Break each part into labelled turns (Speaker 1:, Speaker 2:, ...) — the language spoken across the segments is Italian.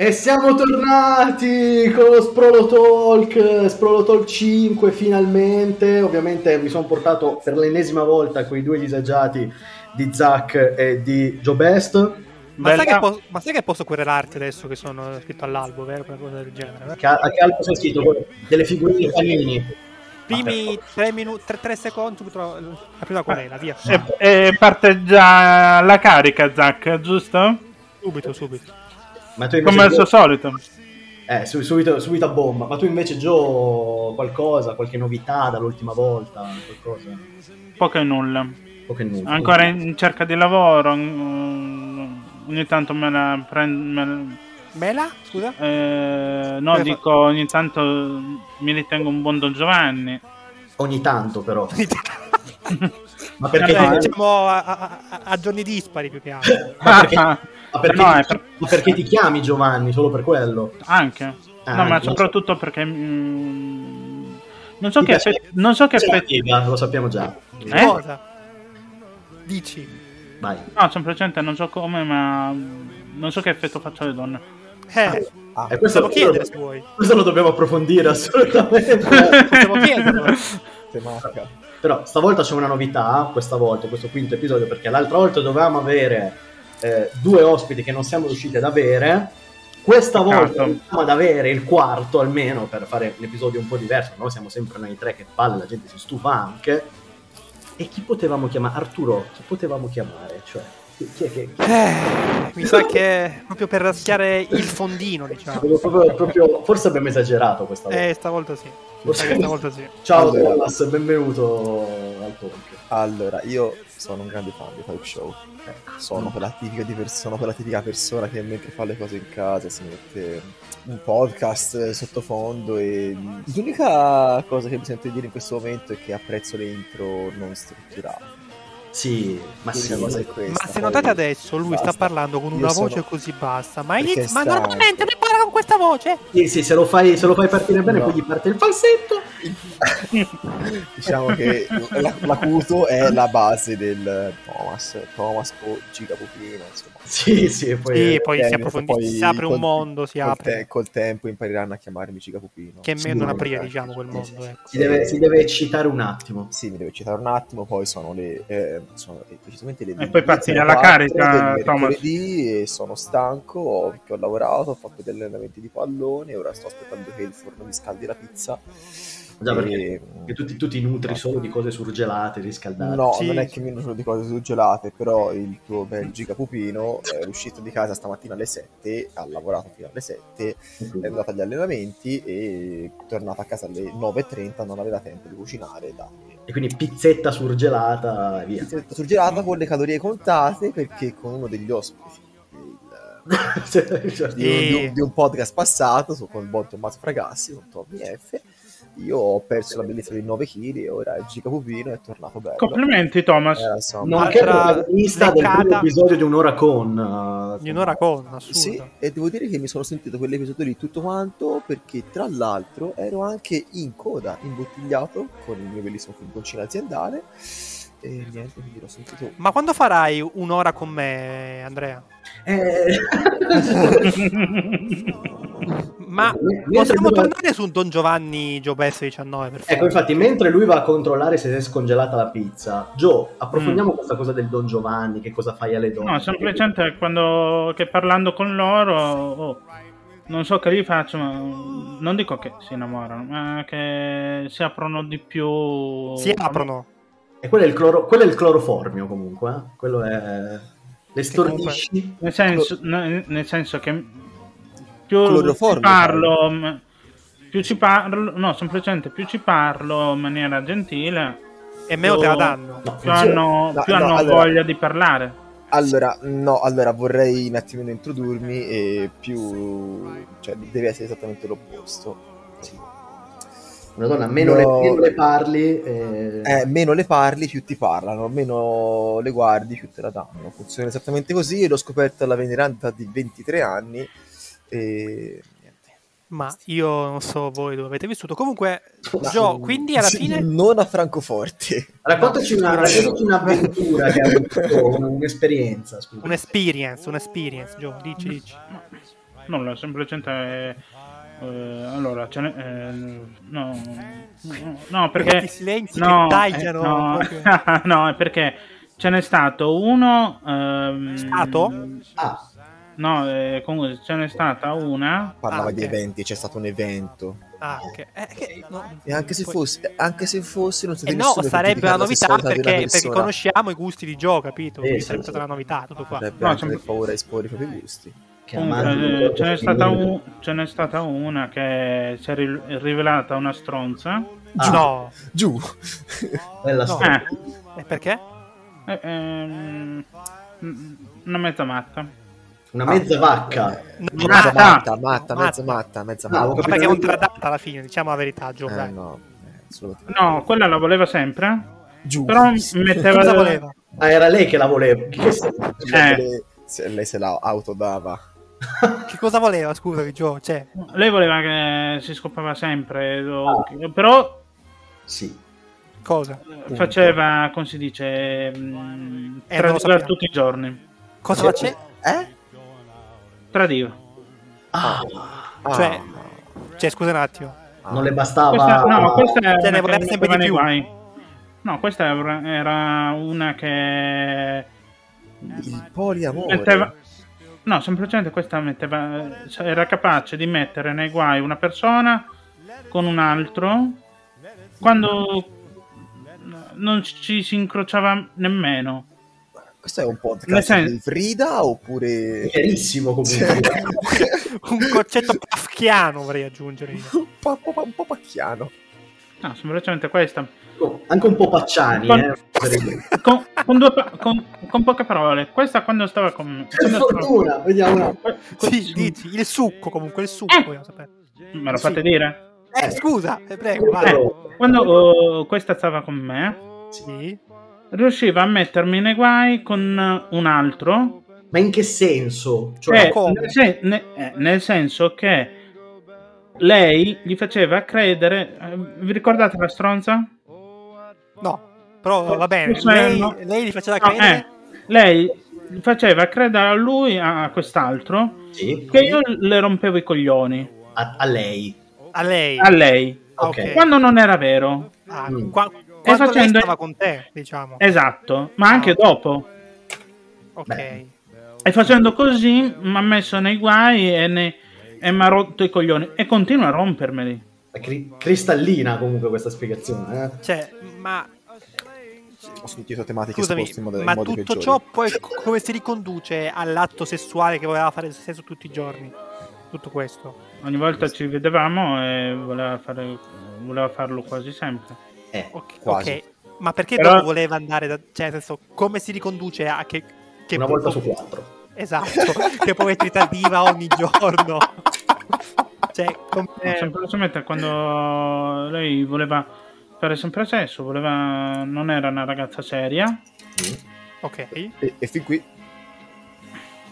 Speaker 1: E siamo tornati con lo Sprolo Talk, Sprolo Talk 5 finalmente. Ovviamente mi sono portato per l'ennesima volta quei due disagiati di Zach e di Joe Best.
Speaker 2: Ma sai, che posso, ma sai che posso querelarti adesso che sono scritto all'albo, vero? Una cosa del genere. vero?
Speaker 1: Che, a a che altro sei scritto? Quello Delle figurine di panini.
Speaker 2: Primi 3 minuti, 3 secondi, tu trovi la prima qual è? La via.
Speaker 3: E, e parte già la carica, Zac, giusto?
Speaker 2: Subito, subito.
Speaker 1: Ma tu invece
Speaker 3: Come al suo
Speaker 1: Joe-
Speaker 3: solito.
Speaker 1: eh, su- subito, subito a bomba. Ma tu invece Joe qualcosa, qualche novità dall'ultima volta? Qualcosa?
Speaker 3: Poco e nulla.
Speaker 1: O che nulla.
Speaker 3: Ancora in cerca di lavoro. mm, Ogni tanto me la prendo.
Speaker 2: Mela? Scusa?
Speaker 1: Eh,
Speaker 3: no,
Speaker 2: Come fa-
Speaker 3: dico ogni tanto mi ritengo un buon Don Giovanni.
Speaker 1: Ogni tanto però. Ma
Speaker 3: Cioè,
Speaker 1: perché?
Speaker 2: Vabbè,
Speaker 3: Perché-
Speaker 2: diciamo a, a- a- a giorni dispari più che altro.
Speaker 1: Ma perché-
Speaker 3: Ah,
Speaker 1: Ma perché,
Speaker 3: No,
Speaker 1: ti,
Speaker 3: è per-
Speaker 1: ma perché ti chiami Giovanni? Solo per quello?
Speaker 3: anche.
Speaker 1: Ah,
Speaker 3: no, ma
Speaker 1: anche,
Speaker 3: soprattutto perché. mm, non so
Speaker 1: Ti
Speaker 3: che
Speaker 1: piace-
Speaker 3: aspe- non so che
Speaker 1: lo, sa-
Speaker 3: aspe-
Speaker 1: spiega, lo sappiamo già.
Speaker 3: Eh?
Speaker 2: Cosa? Dici?
Speaker 1: Vai.
Speaker 3: No, semplicemente non so come, ma. Non so che effetto faccio alle donne.
Speaker 2: Eh,
Speaker 1: Ah, E questo,
Speaker 2: possiamo chiedere se vuoi.
Speaker 1: questo lo dobbiamo approfondire assolutamente.
Speaker 2: Possiamo chiederlo.
Speaker 4: tematica.
Speaker 1: Però stavolta c'è una novità, questa volta, questo quinto episodio, perché l'altra volta dovevamo avere eh, due ospiti che non siamo riusciti ad avere. Questa
Speaker 3: Peccato.
Speaker 1: volta riusciamo ad avere il quarto almeno per fare un episodio un po' diverso. Noi siamo sempre noi tre che palla, la gente si stufa anche. E chi potevamo chiamare? Arturo, chi potevamo chiamare? Cioè, chi, chi è che. chi-
Speaker 2: Eh, mi sa che proprio per raschiare il fondino, diciamo.
Speaker 1: Proprio- proprio- proprio- forse abbiamo esagerato questa volta.
Speaker 2: Eh, stavolta sì. Mi sa
Speaker 1: Forse-
Speaker 2: che stavolta sì.
Speaker 1: Ciao
Speaker 4: Allora.
Speaker 1: Thomas, benvenuto al talk.
Speaker 4: Allora, io sono un grande fan di Type Show.
Speaker 1: Eh, Mm.
Speaker 4: Sono quella tipica, di pers- sono quella tipica persona che mentre fa le cose in casa si mette un podcast sottofondo e l'unica cosa che mi sento di dire in questo momento è che apprezzo le intro non strutturate.
Speaker 1: Sì, ma sì,
Speaker 4: L'unica cosa è questa.
Speaker 2: Ma se
Speaker 4: poi
Speaker 2: notate adesso, lui sta
Speaker 4: basta.
Speaker 2: parlando con una
Speaker 4: Io sono-
Speaker 2: voce così bassa. Ma,
Speaker 4: Perché
Speaker 2: inizia- ma
Speaker 4: è stanco.
Speaker 2: normalmente lui parla con questa voce.
Speaker 1: Sì, sì, se lo fai, se lo fai partire bene,
Speaker 4: No.
Speaker 1: poi gli parte il falsetto.
Speaker 4: Diciamo che la- l'acuto è la base del Thomas, Thomas o Giga Pupino, insomma.
Speaker 1: Sì, sì, poi.
Speaker 2: Sì, poi si
Speaker 4: tennis,
Speaker 2: approfondisce,
Speaker 4: poi
Speaker 2: si apre un
Speaker 4: col-
Speaker 2: mondo, si
Speaker 4: Col,
Speaker 2: apre.
Speaker 4: te- col tempo impareranno a chiamarmi Giga Pupino.
Speaker 2: Che me
Speaker 4: Sicuro,
Speaker 2: non aprire,
Speaker 4: eh.
Speaker 2: diciamo, quel
Speaker 4: Sì,
Speaker 2: mondo.
Speaker 4: sì, sì.
Speaker 2: Ecco.
Speaker 1: Si, deve, si deve eccitare un attimo.
Speaker 4: Sì, mi devo citare un attimo, poi sono le... eh, sono le- precisamente le
Speaker 3: E poi parti
Speaker 4: 24
Speaker 3: alla carica,
Speaker 4: del
Speaker 3: Thomas.
Speaker 4: mercoledì e sono stanco, ho, che ho lavorato, ho fatto degli allenamenti di pallone, ora sto aspettando che il forno mi scaldi la pizza.
Speaker 1: Già,
Speaker 4: E-
Speaker 1: Che tu, ti- tu ti nutri solo di cose surgelate, riscaldate.
Speaker 4: No,
Speaker 2: Sì.
Speaker 4: non è che mi nutro di cose surgelate, però il tuo bel Giga Pupino è uscito di casa stamattina alle 7, ha lavorato fino alle 7, è
Speaker 1: Esatto.
Speaker 4: andato agli allenamenti e è tornato a casa alle 9.30, non aveva tempo di cucinare, dai.
Speaker 1: E quindi pizzetta surgelata e via.
Speaker 4: Pizzetta surgelata Certo, con le calorie contate perché con uno degli ospiti del-
Speaker 1: Cioè,
Speaker 4: di, un- di un, di un podcast passato su- con il buon Tommaso Fragassi, con Tommy F, io ho perso la bellezza di 9 kg e ora Giga Pupino è tornato bello.
Speaker 3: Complimenti, Thomas.
Speaker 4: Eh, insomma,
Speaker 1: Nonché
Speaker 2: Altra
Speaker 1: protagonista del primo
Speaker 2: leccata.
Speaker 1: episodio di Un'ora con. eh,
Speaker 2: Di un'ora con, assurdo.
Speaker 4: Sì, e devo dire che mi sono sentito quell'episodio lì tutto quanto perché tra l'altro ero anche in coda, imbottigliato con il mio bellissimo furgoncino aziendale e niente, quindi l'ho sentito...
Speaker 2: Ma quando farai un'ora con me, Andrea?
Speaker 1: Eh,
Speaker 2: Ma
Speaker 1: mentre
Speaker 2: possiamo
Speaker 1: lui va-
Speaker 2: tornare su un Don Giovanni Giobesse
Speaker 4: Eh,
Speaker 2: 19, per
Speaker 1: Ecco,
Speaker 2: favore?
Speaker 1: infatti, mentre lui va a controllare se è scongelata la pizza, Joe,
Speaker 2: Mm.
Speaker 1: approfondiamo questa cosa del Don Giovanni, che cosa fai alle donne.
Speaker 3: No, semplicemente quando che parlando con loro, oh, non so che li faccio, ma non dico che si innamorano, ma che si aprono di più.
Speaker 2: Si aprono.
Speaker 1: E quello è il, cloro- quello è il cloroformio, comunque. eh. Quello è. Le stordisci.
Speaker 3: Nel senso, ne- nel senso che più ci
Speaker 4: Cloroformio,
Speaker 3: parlo, m- più ci parlo, no, semplicemente più ci parlo in maniera gentile,
Speaker 2: E me lo te la danno.
Speaker 1: No,
Speaker 3: più
Speaker 1: funziona.
Speaker 3: hanno,
Speaker 4: No,
Speaker 3: più
Speaker 4: no,
Speaker 3: hanno
Speaker 4: allora-
Speaker 3: voglia di parlare.
Speaker 4: Allora, no, allora vorrei un attimino introdurmi e più... cioè deve essere esattamente l'opposto.
Speaker 1: Una donna, meno, le,
Speaker 4: No.
Speaker 1: meno le parli. eh,
Speaker 4: Eh, meno le parli, più ti parlano, meno le guardi, più te la danno. Funziona esattamente così. e L'ho scoperta alla veneranda di 23 anni. E niente.
Speaker 2: Ma io non so voi dove avete vissuto. Comunque,
Speaker 4: Ma-
Speaker 2: Gio, quindi alla
Speaker 4: Sì,
Speaker 2: fine...
Speaker 4: Non a Francoforte.
Speaker 1: Raccontaci, una,
Speaker 2: No,
Speaker 1: raccontaci un'avventura che hai avuto, un- un'esperienza. Scusa.
Speaker 2: Un'esperience, un'esperience, Gio, dici, dici.
Speaker 3: Ma- Nulla, semplicemente... eh, allora, ce n'è... eh, no, no, no, perché...
Speaker 2: Questi silenzi
Speaker 3: no,
Speaker 2: che tagliano.
Speaker 3: eh, no,
Speaker 2: proprio.
Speaker 3: no, è perché ce n'è stato uno... ehm,
Speaker 2: Stato?
Speaker 1: Ah,
Speaker 3: No, eh, comunque ce n'è stata una...
Speaker 4: Parlava
Speaker 2: Ah,
Speaker 4: di
Speaker 2: ok.
Speaker 4: eventi, c'è stato un evento.
Speaker 2: Ah, ok. Eh, che- no.
Speaker 4: E anche se
Speaker 2: Poi-
Speaker 4: fosse, anche se fosse non
Speaker 2: Eh
Speaker 4: siete
Speaker 2: no, sarebbe una novità perché, perché conosciamo i gusti di gioco,
Speaker 1: Sì,
Speaker 2: capito? Quindi
Speaker 1: sì,
Speaker 2: sarebbe
Speaker 1: sì.
Speaker 2: stata una novità, tutto qua.
Speaker 4: Avrebbe
Speaker 3: No,
Speaker 4: anche
Speaker 3: c'è-
Speaker 4: per paura di esporre i propri gusti.
Speaker 1: che amanti
Speaker 3: Comunque,
Speaker 1: del
Speaker 3: eh, ce, n'è
Speaker 1: corpo
Speaker 3: stata
Speaker 1: femminile.
Speaker 3: un- ce n'è stata una che si è ri- rivelata una stronza.
Speaker 1: Ah,
Speaker 2: No,
Speaker 4: Giù!
Speaker 1: Bella
Speaker 2: no.
Speaker 1: storia.
Speaker 2: E eh, perché?
Speaker 3: Eh, ehm, mm, una mezza matta.
Speaker 1: Una mezza vacca.
Speaker 2: No,
Speaker 4: Eh,
Speaker 3: matta.
Speaker 4: Mezza matta, matta, mezza matta, mezza
Speaker 1: Ah,
Speaker 4: matta.
Speaker 1: ok.
Speaker 2: Ma perché è un tradata alla fine, diciamo la verità, Gio.
Speaker 4: Eh,
Speaker 2: dai.
Speaker 4: no, eh, assolutamente.
Speaker 3: No, quella la voleva sempre.
Speaker 4: Giù.
Speaker 3: Però
Speaker 4: Sì,
Speaker 3: metteva.
Speaker 2: Cosa voleva?
Speaker 1: Ah, era lei che la voleva. Che se-
Speaker 4: perché
Speaker 3: eh.
Speaker 4: lei- se lei se la autodava.
Speaker 2: Che cosa voleva, scusami, Gio? Cioè,
Speaker 3: Lei voleva che si scopava sempre. o- Però
Speaker 1: Sì.
Speaker 2: cosa?
Speaker 3: faceva, come si dice, mm,
Speaker 2: Eh, non lo
Speaker 3: tradiva
Speaker 2: sappiamo.
Speaker 3: tutti i giorni.
Speaker 2: Cosa
Speaker 4: Sì.
Speaker 2: face-
Speaker 4: Eh?
Speaker 3: Tradiva.
Speaker 1: Ah,
Speaker 4: Ah,
Speaker 2: Cioè- Cioè, scusa un attimo.
Speaker 4: ah.
Speaker 1: non le bastava.
Speaker 3: Questa, no, questa è
Speaker 2: Ce ne
Speaker 3: una
Speaker 2: voleva
Speaker 3: che
Speaker 2: sempre
Speaker 3: metteva
Speaker 2: di
Speaker 3: nei
Speaker 2: più.
Speaker 3: guai. No, questa era- era una che
Speaker 4: Il poliamore.
Speaker 3: metteva... No, semplicemente questa metteva... cioè, era capace di mettere nei guai una persona con un altro quando non ci si incrociava nemmeno.
Speaker 4: Questo è un
Speaker 3: Nel
Speaker 4: podcast
Speaker 3: senso-
Speaker 4: di Frida oppure... Cioè,
Speaker 1: Chiarissimo comunque.
Speaker 2: Un concetto kafkiano vorrei aggiungere io.
Speaker 4: un, po', un po'- un po' pacchiano.
Speaker 3: No, semplicemente questa.
Speaker 1: Oh, Anche un po' pacciani.
Speaker 3: Con-
Speaker 1: eh. Sarebbe-
Speaker 3: Con, con due pa- con- con poche parole. Questa quando stava con me.
Speaker 1: Per
Speaker 3: quando stava-
Speaker 1: fortuna, vediamo un attimo.
Speaker 2: Sì, dici, il succo comunque, il succo,
Speaker 3: Eh.
Speaker 2: vogliamo sapere.
Speaker 3: Me lo
Speaker 2: Sì.
Speaker 3: fate dire?
Speaker 2: Eh, scusa, eh, prego, vai.
Speaker 3: Cioè,
Speaker 1: Allora,
Speaker 3: Quando oh, questa stava con me,
Speaker 2: Sì.
Speaker 3: riusciva a mettermi nei guai con un altro
Speaker 1: Ma in che senso?
Speaker 3: Eh,
Speaker 1: Cioè,
Speaker 2: come?
Speaker 3: nel, sen- ne- eh, nel senso che lei gli faceva credere. eh, vi ricordate la stronza?
Speaker 2: No, però va bene.
Speaker 3: Forse
Speaker 2: Lei,
Speaker 3: no.
Speaker 2: lei gli faceva
Speaker 3: No,
Speaker 2: credere...
Speaker 3: eh, lei gli faceva credere a lui, a a quest'altro,
Speaker 1: sì,
Speaker 3: che io le rompevo i coglioni
Speaker 1: a, a lei.
Speaker 2: A lei.
Speaker 3: a lei
Speaker 2: Ah,
Speaker 1: ok.
Speaker 3: quando non era vero.
Speaker 2: Ah,
Speaker 1: Mm.
Speaker 2: qua- quando lei
Speaker 3: facendo-
Speaker 2: stava con te, diciamo.
Speaker 3: Esatto, ma
Speaker 1: Ah.
Speaker 3: anche dopo.
Speaker 2: ok.
Speaker 1: Beh.
Speaker 3: E facendo così mi ha messo nei guai e, ne- e mi ha rotto i coglioni. E continua a rompermeli.
Speaker 1: È cri- cristallina comunque questa spiegazione. eh.
Speaker 2: Cioè, ma
Speaker 4: Ho sentito tematiche
Speaker 2: scusami,
Speaker 4: esposte in modo, in
Speaker 2: ma
Speaker 4: modo
Speaker 2: tutto
Speaker 4: peggiore.
Speaker 2: ciò poi co- come si riconduce all'atto sessuale che voleva fare il sesso tutti i giorni? Tutto questo.
Speaker 3: Ogni volta ci vedevamo e voleva, fare- voleva farlo quasi sempre.
Speaker 1: Eh,
Speaker 2: Ok,
Speaker 4: Quasi.
Speaker 2: ok. Ma perché
Speaker 3: Però-
Speaker 2: dopo voleva andare da... Cioè, nel senso, come si riconduce a che... che
Speaker 1: una volta
Speaker 2: proprio-
Speaker 1: su quattro.
Speaker 2: Esatto, che poi ti tradiva ogni giorno. cioè,
Speaker 3: No,
Speaker 1: Eh.
Speaker 2: come...
Speaker 3: semplicemente quando lei voleva fare sempre sesso, voleva... non era una ragazza seria.
Speaker 2: Ok,
Speaker 4: E, e fin qui,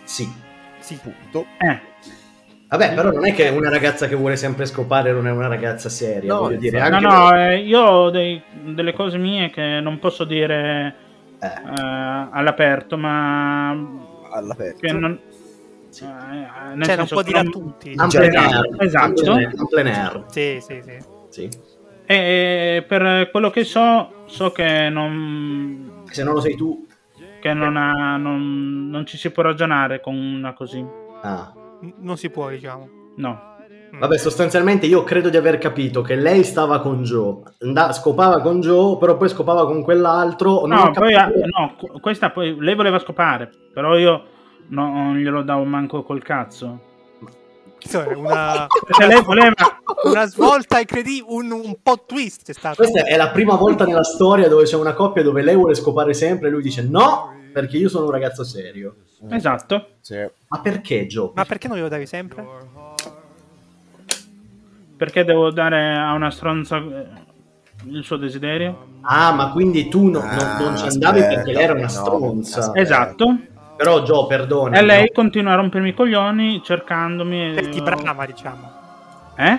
Speaker 1: Sì.
Speaker 2: sì.
Speaker 4: punto.
Speaker 3: Eh,
Speaker 1: Vabbè, però non è che una ragazza che vuole sempre scopare non è una ragazza seria.
Speaker 4: No,
Speaker 1: voglio dire,
Speaker 4: infatti.
Speaker 1: anche
Speaker 3: no, no, eh, io ho dei- delle cose mie che non posso dire
Speaker 1: Eh,
Speaker 3: eh, all'aperto, ma
Speaker 4: All'aperto.
Speaker 3: che non...
Speaker 1: Sì.
Speaker 3: eh, eh, nel
Speaker 2: Cioè, non
Speaker 3: senso
Speaker 2: può
Speaker 3: che
Speaker 2: dire a
Speaker 3: non-
Speaker 2: tutti.
Speaker 1: en
Speaker 4: Cioè,
Speaker 1: plein air.
Speaker 3: esatto.
Speaker 1: En plein air, en plein air,
Speaker 2: Sì, sì, sì.
Speaker 1: sì.
Speaker 3: E per quello che so, so che non,
Speaker 1: Se non lo sei tu...
Speaker 3: che non, ha- non- non ci si può ragionare con una così.
Speaker 1: Ah.
Speaker 2: N- non si può, diciamo.
Speaker 3: No,
Speaker 2: Mm.
Speaker 1: Vabbè, sostanzialmente io credo di aver capito che lei stava con Joe, andava- scopava con Joe, però poi scopava con quell'altro. non ho
Speaker 3: no, poi,
Speaker 1: capito-
Speaker 3: ah, no, qu- questa poi lei voleva scopare, però io no- non glielo davo manco col cazzo.
Speaker 2: Sì, una,
Speaker 3: Perché lei voleva.
Speaker 2: una svolta incredibile, un, un po' twist c'è stato.
Speaker 1: Questa è la prima volta nella storia dove c'è una coppia dove lei vuole scopare sempre e lui dice no, perché io sono un ragazzo serio.
Speaker 3: Esatto,
Speaker 4: Sì.
Speaker 1: Ma perché Joe?
Speaker 2: Ma perché non glielo davi sempre?
Speaker 3: perché devo dare a una stronza eh, il suo desiderio?
Speaker 1: Ah, ma quindi tu no- non, non ci andavi
Speaker 4: Ah, Aspetta,
Speaker 1: perché lei era una
Speaker 4: no,
Speaker 1: stronza.
Speaker 4: aspetta.
Speaker 3: Esatto.
Speaker 1: Però Joe, perdona.
Speaker 3: E lei continua a rompermi i coglioni cercandomi.
Speaker 2: Cioè, ti
Speaker 3: eh,
Speaker 2: brama, diciamo.
Speaker 3: Eh?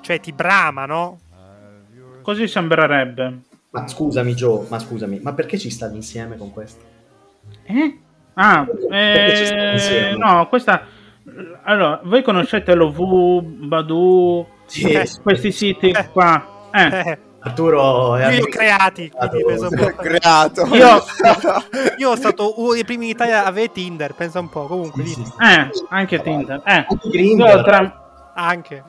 Speaker 2: Cioè, ti brama, no?
Speaker 3: Così sembrerebbe.
Speaker 1: Ma scusami Joe, ma scusami, ma perché ci stavi insieme con questo?
Speaker 3: Eh? Ah,
Speaker 1: Perché ci stanno
Speaker 3: eh,
Speaker 1: insieme?
Speaker 3: no, questa Allora, voi conoscete l'OV, Badu,
Speaker 1: Sì.
Speaker 3: eh, questi siti qua? Eh,
Speaker 2: Eh,
Speaker 1: Arturo è
Speaker 2: io li ho creati. quindi penso un po'.
Speaker 4: Creato.
Speaker 2: Io- Io sono stato uno dei primi in Italia a avere Tinder, pensa un po', comunque lì,
Speaker 3: eh, anche Tinder. Eh,
Speaker 1: Anche
Speaker 3: io,
Speaker 1: Grindr.
Speaker 3: tra-
Speaker 2: anche.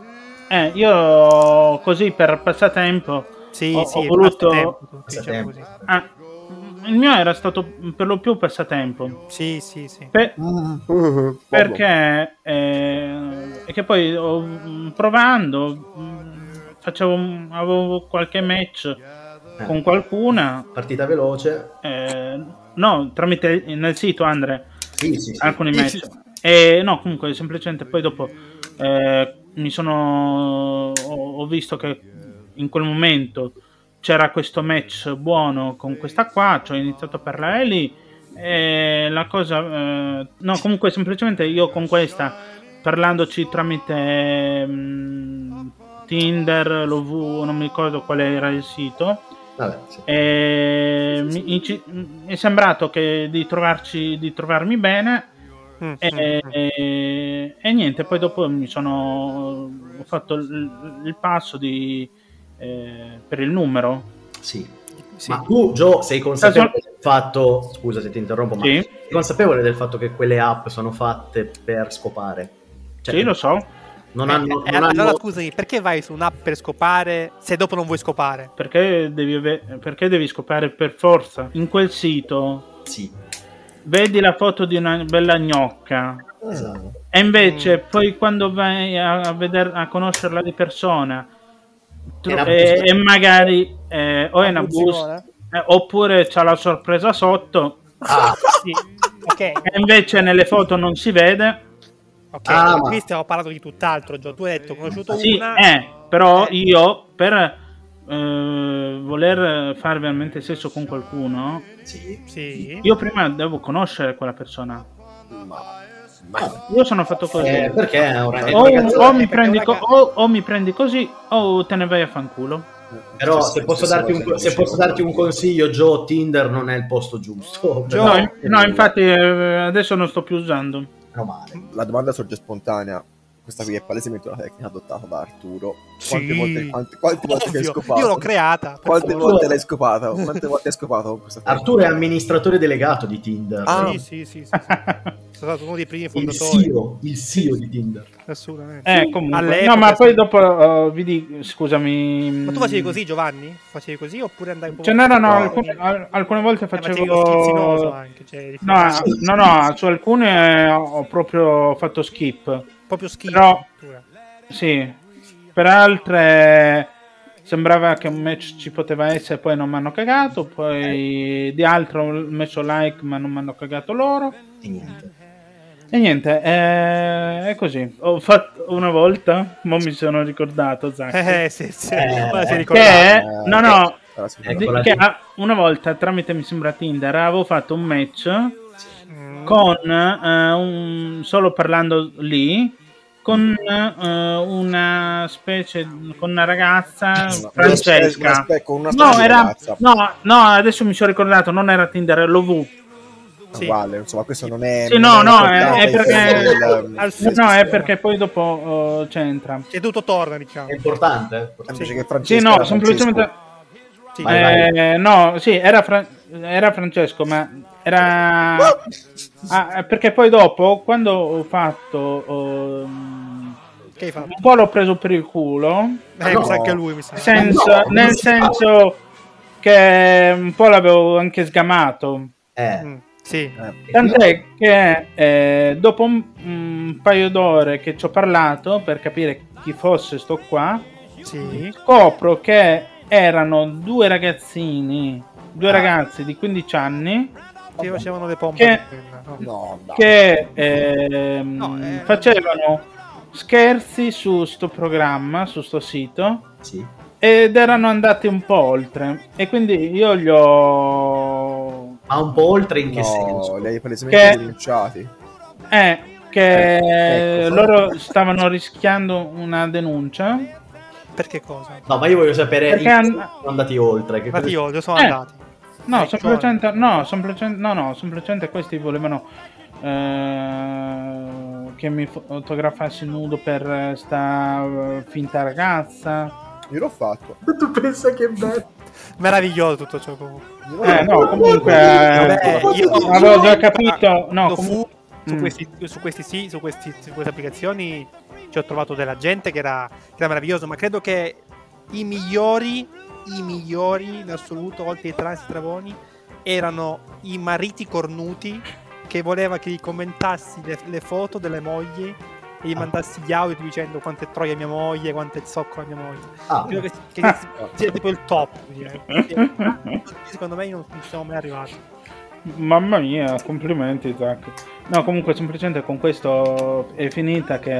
Speaker 3: eh, io così per passatempo
Speaker 2: Sì,
Speaker 3: Ho-
Speaker 2: sì,
Speaker 3: ho voluto-
Speaker 2: passatempo, sì, diciamo
Speaker 1: passatempo.
Speaker 2: così.
Speaker 3: Ah, il mio era stato per lo più passatempo.
Speaker 2: Sì, sì, sì.
Speaker 3: Pe-
Speaker 4: Mm.
Speaker 3: perché eh, e che poi ho- mm, provando mh, facevo un- avevo qualche match
Speaker 1: Eh.
Speaker 3: con qualcuna
Speaker 1: Partita veloce.
Speaker 3: eh, no tramite nel sito Andre
Speaker 1: Sì, sì, sì.
Speaker 3: alcuni
Speaker 2: Sì,
Speaker 3: match
Speaker 2: sì.
Speaker 3: e no comunque semplicemente poi dopo eh, mi sono ho, ho visto che in quel momento c'era questo match buono con questa qua ci ho iniziato a parlare lì e la cosa eh, no comunque semplicemente io con questa parlandoci tramite mm, Tinder l'OV non mi ricordo qual era il sito
Speaker 1: Vabbè, sì.
Speaker 3: e mi, inci- mi è sembrato che di trovarci di trovarmi bene
Speaker 2: Mm,
Speaker 3: e,
Speaker 2: mm, mm.
Speaker 3: e- e niente poi dopo mi sono ho fatto il, il passo di eh, per il numero
Speaker 1: Sì.
Speaker 2: Sì.
Speaker 1: Ma tu, Gio, sei consapevole del fatto. Scusa se ti interrompo, ma
Speaker 3: Sì.
Speaker 1: sei consapevole del fatto che quelle app sono fatte per scopare? Cioè,
Speaker 3: sì lo so
Speaker 1: Non
Speaker 2: Eh,
Speaker 1: hanno.
Speaker 2: eh,
Speaker 1: non
Speaker 2: allora
Speaker 1: hanno-
Speaker 2: scusami, perché vai su un'app per scopare se dopo non vuoi scopare?
Speaker 3: perché devi, ave- perché devi scopare per forza in quel sito
Speaker 1: Sì,
Speaker 3: vedi la foto di una bella gnocca
Speaker 1: esatto.
Speaker 3: E invece poi quando vai a, a veder- a conoscerla di persona tro-
Speaker 1: È una
Speaker 3: e,
Speaker 1: busta.
Speaker 3: e magari eh, o è una
Speaker 2: Buzzicona?
Speaker 3: busta eh, oppure c'ha la sorpresa sotto
Speaker 1: Ah,
Speaker 2: Sì. Ok,
Speaker 3: e invece nelle foto non si vede
Speaker 2: ok.
Speaker 1: Ah, ma-
Speaker 2: Qui stiamo parlando di tutt'altro, Gio. Tu hai detto, ho conosciuto
Speaker 3: sì,
Speaker 2: una...
Speaker 3: eh, però
Speaker 2: Eh.
Speaker 3: io per eh, voler fare veramente sesso con qualcuno
Speaker 1: sì.
Speaker 2: Sì.
Speaker 3: io prima devo conoscere quella persona
Speaker 4: Ma... Ma...
Speaker 3: io sono fatto così
Speaker 1: Eh, perché ora
Speaker 4: Eh,
Speaker 3: o,
Speaker 1: ragazzi,
Speaker 3: o Oh, mi
Speaker 2: perché
Speaker 3: prendi
Speaker 2: una
Speaker 3: co-
Speaker 2: ca-
Speaker 3: o- o mi prendi così o te ne vai a fanculo
Speaker 1: Però
Speaker 4: Cioè,
Speaker 1: cioè, se posso darti un, se posso darti un consiglio, Gio, Tinder non è il posto giusto.
Speaker 2: Gio,
Speaker 3: No,
Speaker 1: Però-
Speaker 3: in- no, infatti eh, adesso non sto più usando.
Speaker 1: Meno male.
Speaker 4: La domanda sorge spontanea. Questa qui è palesemente una tecnica adottata da Arturo. Quante
Speaker 2: Sì.
Speaker 4: volte, quante, quante volte che hai
Speaker 2: Ovvio,
Speaker 4: scopato?
Speaker 2: Io l'ho creata. per
Speaker 4: Quante
Speaker 2: favore.
Speaker 4: volte l'hai scopata? Quante volte hai scopato con questa tecnica?
Speaker 1: Arturo è amministratore delegato di Tinder.
Speaker 4: Ah.
Speaker 2: Sì, sì, sì, sì, sì. Sono stato uno dei primi
Speaker 1: Il
Speaker 2: fondatori.
Speaker 1: CEO, il CEO di Tinder.
Speaker 2: Assolutamente.
Speaker 3: Eh, comunque.
Speaker 2: All'epoca
Speaker 3: no, ma poi
Speaker 2: sì.
Speaker 3: dopo eh, vi dico, scusami. Cioè,
Speaker 2: Ma tu facevi così, Giovanni? Facevi così oppure andavi un po'
Speaker 3: Ce n'erano
Speaker 2: più-
Speaker 3: alcune, al- alcune volte
Speaker 2: Eh, ma c'eri uno
Speaker 3: facevo...
Speaker 2: schizzinoso anche, cioè,
Speaker 3: No, eh, no, no, su alcune eh, ho proprio fatto skip.
Speaker 2: proprio schifo.
Speaker 3: però-
Speaker 2: addirittura.
Speaker 3: Sì. Per altre sembrava che un match ci poteva essere, poi non mi hanno cagato, poi
Speaker 2: Eh.
Speaker 3: di altre ho messo like ma non mi hanno cagato loro.
Speaker 1: E niente.
Speaker 3: E niente, eh, è così. Ho fatto una volta, ma mi sono ricordato, Zac,
Speaker 2: Eh, sì, sì.
Speaker 1: Eh,
Speaker 2: Ma si ricordava.
Speaker 3: che, no, no,
Speaker 4: Allora,
Speaker 1: Ecco.
Speaker 4: scusa.
Speaker 1: la-
Speaker 3: che ah, una volta tramite, mi sembra, Tinder, avevo fatto un match
Speaker 2: Mm.
Speaker 3: con, eh, un, solo parlando lì, con eh, una specie, con una ragazza,
Speaker 4: Una-
Speaker 3: Francesca.
Speaker 4: una spe- con una
Speaker 3: no,
Speaker 4: specie di
Speaker 3: era,
Speaker 4: ragazza.
Speaker 3: no, no, adesso mi sono ricordato, non era Tinder, era l'OV.
Speaker 2: Sì.
Speaker 4: uguale, insomma, questo non è.
Speaker 3: Sì,
Speaker 4: non
Speaker 3: no,
Speaker 4: una
Speaker 3: no,
Speaker 4: portata
Speaker 3: è- è
Speaker 4: in termini
Speaker 2: perché-
Speaker 4: del-
Speaker 2: al-
Speaker 4: del-
Speaker 3: No, è perché poi dopo eh, c'entra.
Speaker 2: Cioè, tutto torna, diciamo.
Speaker 3: Eh,
Speaker 1: È importante. è importante.
Speaker 4: invece
Speaker 2: sì.
Speaker 4: che
Speaker 3: Sì,
Speaker 4: Francesca
Speaker 3: no,
Speaker 4: era
Speaker 3: semplicemente...
Speaker 4: Francesco.
Speaker 2: Sì.
Speaker 1: Vai, vai.
Speaker 3: Eh, no, sì, era, Fra- era Francesco, ma era... Ah, perché poi dopo, quando ho fatto... ehm,
Speaker 2: Che hai fatto?
Speaker 3: un po' l'ho preso per il culo,
Speaker 2: Eh,
Speaker 1: No.
Speaker 2: mi sa anche lui, mi sa.
Speaker 3: senso-
Speaker 1: Ma no, non
Speaker 3: nel
Speaker 1: si fa.
Speaker 3: senso che un po' l'avevo anche sgamato.
Speaker 1: Eh,
Speaker 2: Mm, Sì.
Speaker 4: Eh,
Speaker 3: Tant'è che eh, dopo un, un paio d'ore che ci ho parlato per capire chi fosse sto qua,
Speaker 2: Sì.
Speaker 3: scopro che erano due ragazzini, due
Speaker 1: Ah.
Speaker 3: ragazzi di 15 anni
Speaker 2: Che facevano le pompe.
Speaker 3: Che-
Speaker 2: No.
Speaker 4: No, no.
Speaker 3: che ehm,
Speaker 2: No, eh.
Speaker 3: facevano scherzi su sto programma, su sto sito
Speaker 1: sì.
Speaker 3: ed erano andati un po' oltre e quindi io gli ho
Speaker 1: Ma un po' oltre in che
Speaker 4: no,
Speaker 1: senso?
Speaker 4: li hai palesemente
Speaker 3: Che-
Speaker 4: denunciati.
Speaker 3: eh, che
Speaker 4: Eh, ecco.
Speaker 3: loro stavano rischiando una denuncia
Speaker 2: Perché cosa?
Speaker 1: No, ma io voglio sapere
Speaker 3: Perché
Speaker 1: in-
Speaker 3: an-
Speaker 1: sono andati oltre. Che
Speaker 2: Ma
Speaker 1: cosa-
Speaker 2: ti odio, sono
Speaker 3: Eh.
Speaker 2: andati. cioè,
Speaker 3: No,
Speaker 2: Ai
Speaker 3: semplicemente, no, semplicemente, no, no, semplicemente questi volevano eh, eh, che mi fotografassi nudo per eh, sta eh, finta ragazza.
Speaker 4: Io l'ho fatto.
Speaker 1: Tu pensa che bello.
Speaker 2: Meraviglioso tutto ciò comunque.
Speaker 4: Io l'ho
Speaker 3: Eh, no,
Speaker 4: fatto.
Speaker 3: comunque. eh,
Speaker 2: Vabbè,
Speaker 4: Cosa
Speaker 2: io
Speaker 4: dici?
Speaker 3: avevo già capito. No,
Speaker 2: Quando fu
Speaker 3: comunque.
Speaker 2: su,
Speaker 3: Mm.
Speaker 2: questi, su questi sì, su, questi, su queste applicazioni ci ho trovato della gente che era, che era meraviglioso, ma credo che i migliori, i migliori in assoluto, oltre ai trans e ai travoni, erano i mariti cornuti che voleva che gli commentassi le, le foto delle mogli e
Speaker 3: Ah.
Speaker 2: gli mandassi gli audio dicendo quanto è troia mia moglie, quanto è il socco la mia moglie.
Speaker 1: Ah,
Speaker 2: Credo che, che sia tipo il top, direi. Secondo me non siamo mai arrivati.
Speaker 3: Mamma mia, complimenti, Zac. No, comunque, semplicemente con questo è finita. Che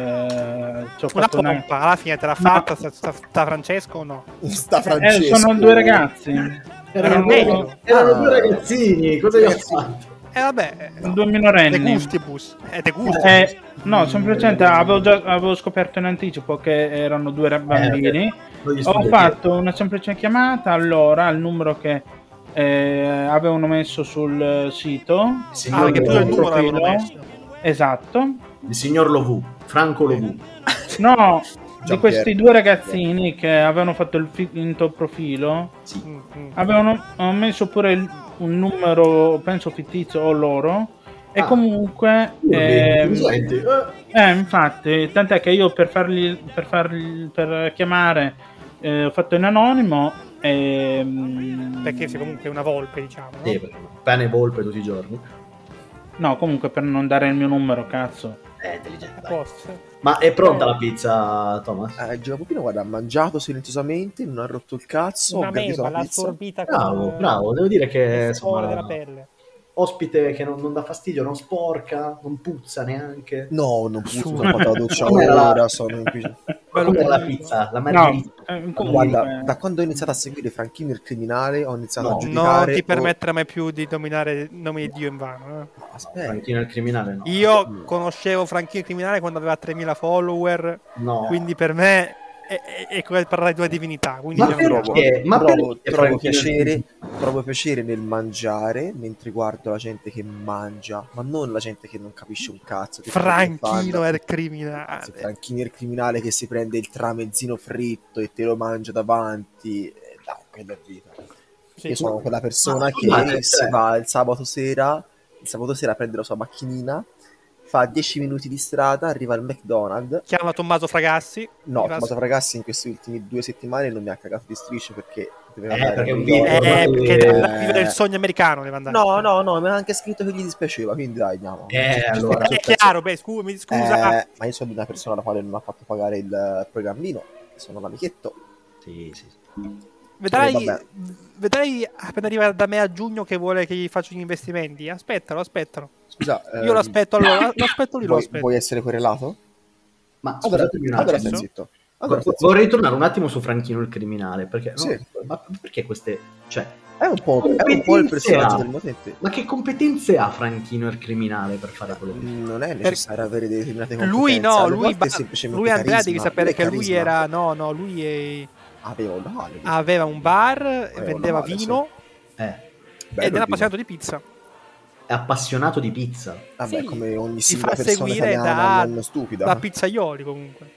Speaker 3: eh, ci ho
Speaker 2: Una
Speaker 3: fatto una.
Speaker 2: pompa, alla fine te l'ha fatta sta, sta- sta Francesco o no?
Speaker 4: Sta
Speaker 3: Eh,
Speaker 4: Francesco.
Speaker 3: sono due ragazzi.
Speaker 2: Eh,
Speaker 1: erano,
Speaker 2: meglio.
Speaker 1: due, erano
Speaker 4: Ah.
Speaker 1: due ragazzini, cosa gli ha fatto?
Speaker 2: E Eh, vabbè,
Speaker 3: Due
Speaker 2: De
Speaker 3: minorenni.
Speaker 2: gustibus. Eh, de gustibus.
Speaker 3: Eh, no, semplicemente avevo già avevo scoperto in anticipo che erano due ra-
Speaker 2: Eh,
Speaker 3: bambini.
Speaker 1: Non gli
Speaker 3: Ho
Speaker 1: spieghi.
Speaker 3: fatto una semplice chiamata allora al numero che eh, avevano messo sul eh, sito.
Speaker 1: Signor
Speaker 2: Ah, perché tu
Speaker 1: Lovu.
Speaker 2: il numero
Speaker 3: Profilo.
Speaker 2: l'avevano messo.
Speaker 3: Esatto.
Speaker 1: Il signor Lovu, Franco Lovu.
Speaker 3: No, di
Speaker 4: Giampiero.
Speaker 3: questi due ragazzini che avevano fatto il finto profilo,
Speaker 2: Mm, mm.
Speaker 3: avevano hanno messo pure il- un numero, penso fittizio o loro. E
Speaker 1: Ah.
Speaker 3: comunque... ehm,
Speaker 1: Senti, eh,
Speaker 3: Eh, infatti, tant'è che io per farli per, farli, per chiamare eh, ho fatto in anonimo. ehm,
Speaker 2: Perché sei comunque una volpe, diciamo. no?
Speaker 1: sì, perché pane e volpe tutti i giorni.
Speaker 3: No, comunque per non dare il mio numero, cazzo.
Speaker 1: È Eh, intelligente.
Speaker 2: A
Speaker 3: Ecco.
Speaker 1: dai.
Speaker 2: posto.
Speaker 1: Ma è pronta la pizza, Thomas?
Speaker 4: Eh, Gino Pupino, guarda, ha mangiato silenziosamente, non ha rotto il cazzo,
Speaker 2: Una
Speaker 4: ha gradito
Speaker 2: meva,
Speaker 4: la
Speaker 2: l'ha
Speaker 4: pizza.
Speaker 2: assorbita
Speaker 1: diciamo, Bravo,
Speaker 2: con,
Speaker 1: bravo, devo dire che
Speaker 2: il
Speaker 1: insomma,
Speaker 2: sapore della pelle.
Speaker 1: ospite che non, non dà fastidio, non sporca, non puzza neanche.
Speaker 4: No, non
Speaker 2: Su.
Speaker 4: puzzo, ho fatto la doccia
Speaker 1: Com'è la-
Speaker 4: ora, sono qui.
Speaker 1: Ma
Speaker 2: Bello
Speaker 1: com'era la
Speaker 2: comunque.
Speaker 1: pizza? La
Speaker 3: No,
Speaker 1: margherita?
Speaker 3: eh, comunque,
Speaker 4: Guarda, da quando ho iniziato a seguire Franchino il criminale, ho iniziato
Speaker 1: No.
Speaker 4: a
Speaker 2: Non
Speaker 4: giudicare...
Speaker 2: ti
Speaker 4: permetto
Speaker 2: permettere mai più di dominare il nome di Dio in vano. eh.
Speaker 4: Ah, Aspetta,
Speaker 1: Franchino il criminale no.
Speaker 2: Io conoscevo Franchino il Criminale quando aveva 3000 follower,
Speaker 1: No.
Speaker 2: quindi per me è, è, è come parlare di due divinità. Quindi
Speaker 1: Ma
Speaker 2: diciamo-
Speaker 1: perché?
Speaker 4: trovo,
Speaker 1: Ma
Speaker 4: trovo-
Speaker 1: perché
Speaker 4: trovo
Speaker 1: Franchino il
Speaker 4: piacere, trovo piacere nel mangiare mentre guardo la gente che mangia, ma non la gente che non capisce un cazzo. che fa le
Speaker 2: Franchino
Speaker 4: fanno.
Speaker 2: è il
Speaker 4: Se
Speaker 2: criminale.
Speaker 4: Franchini è il criminale che si prende il tramezzino fritto e te lo mangia davanti, eh, dai, quella è vita.
Speaker 2: Sì.
Speaker 4: Io sono quella persona
Speaker 1: Ma-
Speaker 4: che
Speaker 1: ma-
Speaker 4: si
Speaker 2: cioè-
Speaker 4: va il sabato sera, il sabato sera prende la sua macchinina, fa 10 minuti di strada, arriva al McDonald's.
Speaker 2: Chiama Tommaso Fragassi.
Speaker 4: No,
Speaker 2: Mi va-
Speaker 4: Tommaso Fragassi in queste ultime due settimane non mi ha cagato di striscio perché doveva
Speaker 1: Eh,
Speaker 4: andare
Speaker 1: perché
Speaker 4: al
Speaker 1: un video-
Speaker 4: McDonald's.
Speaker 2: Eh,
Speaker 1: Eh,
Speaker 2: perché
Speaker 1: eh.
Speaker 2: deve vivere il sogno americano deve andare.
Speaker 4: No, no, no, mi ha anche scritto che gli dispiaceva, quindi dai, andiamo.
Speaker 1: Eh, allora.
Speaker 2: È chiaro, beh, scu- mi scusa.
Speaker 4: Certo, Eh, ma io sono una persona alla quale non ha fatto pagare il programmino, sono l'amichetto.
Speaker 1: Sì, sì, sì.
Speaker 2: vedrai,
Speaker 4: eh, vabbè.
Speaker 2: vedrai appena arriva da me a giugno che vuole che gli faccio gli investimenti. Aspettalo, aspettalo.
Speaker 4: Scusa,
Speaker 2: Io
Speaker 4: ehm,
Speaker 2: lo aspetto allora, lo aspetto lì, lo
Speaker 4: vuoi,
Speaker 2: aspetto.
Speaker 4: vuoi essere correlato?
Speaker 1: Ma
Speaker 4: Allora,
Speaker 1: Ah, scusatemi un
Speaker 4: allora
Speaker 1: attimo.
Speaker 4: stai
Speaker 2: adesso?
Speaker 4: zitto. Allora,
Speaker 1: Vor-
Speaker 4: stai zitto.
Speaker 1: Vorrei tornare un attimo su Franchino il criminale, perché, no,
Speaker 4: Sì.
Speaker 1: ma perché queste... Cioè,
Speaker 4: È un po', è un po' il
Speaker 1: Competenza.
Speaker 4: personaggio del momento.
Speaker 1: ma che competenze ha Franchino il criminale per fare quello che
Speaker 4: Mm, Non è necessario avere delle determinate competenze.
Speaker 2: Lui no,
Speaker 4: alle
Speaker 2: lui,
Speaker 4: volte è
Speaker 2: ba-
Speaker 4: semplicemente
Speaker 2: lui Andrea
Speaker 4: carisma.
Speaker 2: devi sapere
Speaker 4: è
Speaker 2: che lui
Speaker 4: carisma. Ah, oh,
Speaker 2: era Ah, no, no, lui è-
Speaker 4: Aveva un alibi.
Speaker 2: aveva un bar,
Speaker 4: no,
Speaker 2: vendeva
Speaker 4: adesso-
Speaker 2: vino
Speaker 1: è.
Speaker 4: Bello
Speaker 2: ed era
Speaker 4: il
Speaker 2: appassionato di pizza.
Speaker 1: È appassionato di pizza.
Speaker 4: vino. Vabbè,
Speaker 2: Sì,
Speaker 4: come ogni
Speaker 2: Si
Speaker 4: singola
Speaker 2: fa
Speaker 4: persona
Speaker 2: seguire
Speaker 4: italiana
Speaker 2: da,
Speaker 4: non stupida.
Speaker 2: da pizzaioli comunque.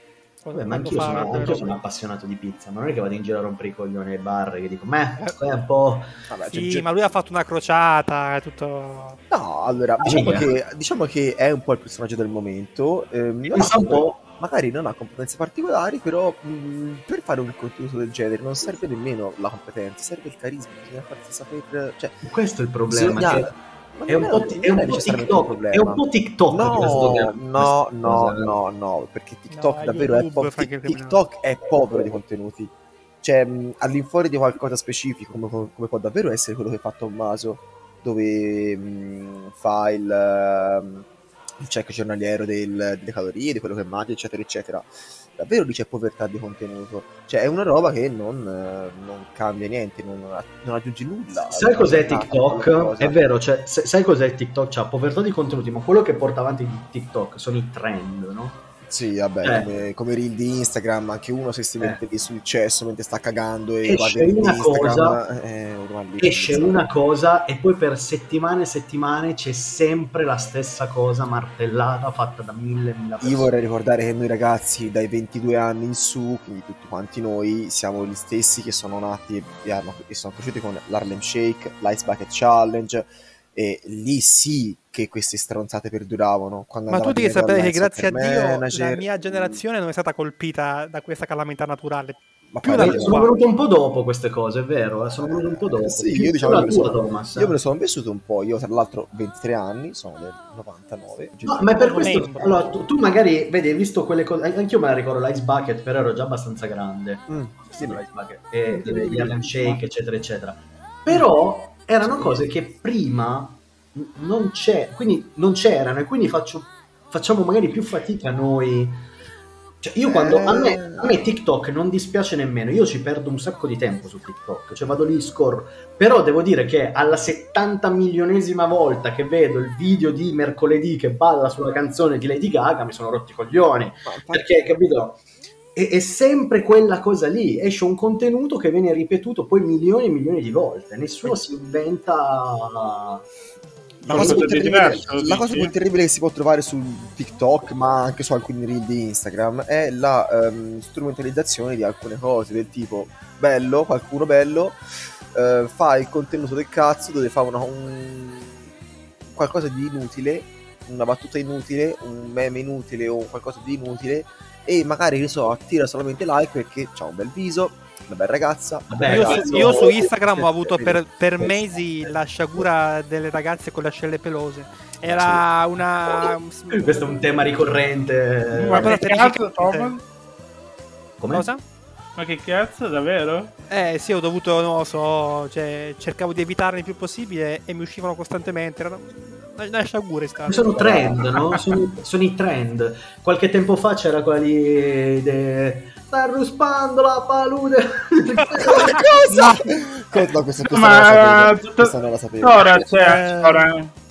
Speaker 1: Vabbè, ma
Speaker 2: Quando
Speaker 1: anch'io
Speaker 2: fa-
Speaker 1: sono, anch'io sono appassionato di pizza, ma non è che vado in giro a rompere i coglioni ai bar che dico,
Speaker 4: Eh.
Speaker 1: ma è un po'...
Speaker 4: Vabbè,
Speaker 2: Sì,
Speaker 4: cioè,
Speaker 2: ma lui ha fatto una crociata, è tutto...
Speaker 4: No, allora, diciamo
Speaker 1: Ah,
Speaker 4: che, diciamo che è un po' il personaggio del momento. ehm, non
Speaker 1: Pensa
Speaker 4: ha-
Speaker 1: un po'.
Speaker 4: Magari non ha competenze particolari, però mh, per fare un contenuto del genere non serve nemmeno la competenza, serve il carisma, bisogna farsi sapere... Cioè,
Speaker 1: Questo è il problema.
Speaker 4: bisogna-
Speaker 1: che
Speaker 4: ma
Speaker 1: è, un
Speaker 4: non
Speaker 1: po', ti- è un
Speaker 4: non
Speaker 1: po'
Speaker 4: necessariamente un
Speaker 1: TikTok. È
Speaker 4: problema.
Speaker 1: un po' TikTok.
Speaker 4: No,
Speaker 1: questo-
Speaker 4: no,
Speaker 1: questo-
Speaker 4: no, no, no, perché TikTok
Speaker 2: No, è
Speaker 4: davvero è,
Speaker 2: YouTube,
Speaker 4: po-
Speaker 2: Frank il criminale.
Speaker 4: TikTok è povero di contenuti. Cioè, mh, all'infuori di qualcosa specifico, come, come può davvero essere quello che fa Tommaso, dove mh, fa il, ehm, il check giornaliero del- delle calorie, di quello che mangia, eccetera, eccetera. Davvero lì c'è povertà di contenuto. Cioè, è una roba che non, eh, non cambia niente, non, non aggiunge nulla.
Speaker 1: Sai cos'è
Speaker 4: Ah,
Speaker 1: TikTok?
Speaker 4: qualcosa.
Speaker 1: È vero, cioè, se- sai cos'è TikTok? C'ha povertà di contenuti, ma quello che porta avanti TikTok sono i trend, no?
Speaker 4: Sì, vabbè,
Speaker 1: Eh.
Speaker 4: come, come reel di Instagram, anche uno se si mette di successo mentre sta cagando
Speaker 1: Esce
Speaker 4: e guarda il reel
Speaker 1: una
Speaker 4: di Instagram,
Speaker 1: cosa,
Speaker 4: eh, ormai lì
Speaker 1: esce
Speaker 4: inizia.
Speaker 1: una cosa e poi per settimane e settimane c'è sempre la stessa cosa martellata fatta da mille mille persone.
Speaker 4: Io vorrei ricordare che noi ragazzi dai 22 anni in su, quindi tutti quanti noi, siamo gli stessi che sono nati e, hanno- e sono cresciuti con l'Harlem Shake, l'Ice Bucket Challenge, e lì sì che queste stronzate perduravano. Quando
Speaker 2: Ma
Speaker 4: andava
Speaker 2: tu devi
Speaker 4: di moda
Speaker 2: sapere che
Speaker 4: l'Ice
Speaker 2: grazie a
Speaker 4: Soccer
Speaker 2: Dio la
Speaker 4: Manager,
Speaker 2: mia generazione non è stata colpita da questa calamità naturale.
Speaker 4: ma
Speaker 2: più
Speaker 4: pare-
Speaker 2: da-
Speaker 1: sono venute un po' dopo queste cose, è vero, eh, sono venute un po' dopo.
Speaker 4: Eh, sì,
Speaker 1: Più
Speaker 4: io diciamo
Speaker 1: la
Speaker 4: che me
Speaker 1: tua,
Speaker 4: ne sono-
Speaker 1: Thomas.
Speaker 4: Io me ne sono vissuto un po', io tra l'altro 23 anni, sono del 99.
Speaker 1: No, ma è per questo,
Speaker 2: Novembre.
Speaker 1: allora, tu, tu magari, vedi, hai visto quelle cose, anch'io me la ricordo l'Ice Bucket, però ero già abbastanza grande.
Speaker 4: Mm,
Speaker 1: Sì, l'Ice Bucket, e eh, gli Harlem Shake, eccetera, eccetera. Però erano cose che prima n- non c'è, quindi non c'erano, e quindi faccio- facciamo magari più fatica noi. Cioè, io quando a me, a me TikTok non dispiace nemmeno, io ci perdo un sacco di tempo su TikTok, cioè vado lì, scorro, però devo dire che alla 70 milionesima volta che vedo il video di mercoledì che balla sulla canzone di Lady Gaga mi sono rotti i coglioni.
Speaker 4: ma infatti-
Speaker 1: Perché, capito? È, è sempre quella cosa lì. Esce un contenuto che viene ripetuto poi milioni e milioni di volte. Nessuno si inventa.
Speaker 4: La
Speaker 1: Ma questo
Speaker 4: cosa, più
Speaker 1: è
Speaker 4: terribile,
Speaker 3: diverso,
Speaker 4: la
Speaker 3: dici?
Speaker 4: cosa più terribile che si può trovare su TikTok, ma anche su alcuni reel di Instagram, è la ehm, strumentalizzazione di alcune cose del tipo bello, qualcuno bello eh, fa il contenuto del cazzo dove fa una- un- qualcosa di inutile, una battuta inutile, un meme inutile o qualcosa di inutile e magari che so, attira solamente like perché ha un bel viso, una bella ragazza. un
Speaker 1: Vabbè,
Speaker 4: bel
Speaker 2: io,
Speaker 4: ragazzo.
Speaker 2: su, io su Instagram ho avuto per, per
Speaker 4: Sì.
Speaker 2: mesi la sciagura delle ragazze con le ascelle pelose. Era una.
Speaker 4: Um,
Speaker 1: Questo è un tema ricorrente.
Speaker 3: Ma
Speaker 4: Eh,
Speaker 2: però
Speaker 3: che cazzo, Thomas?
Speaker 1: Come?
Speaker 2: Cosa?
Speaker 3: Ma che cazzo, davvero?
Speaker 2: Eh sì, ho dovuto, non lo so, cioè, cercavo di evitarne il più possibile e mi uscivano costantemente. Era una, una sciagura è stata.
Speaker 1: Sono trend, no? Sono, sono i trend. Qualche tempo fa c'era quella di. de- Sta arruspando la palude.
Speaker 4: cosa? Co- No, questa, questa non la
Speaker 3: ma
Speaker 4: sapevo. Questa non la sapevo.
Speaker 3: Ora c'è,
Speaker 2: Eh.
Speaker 3: ora-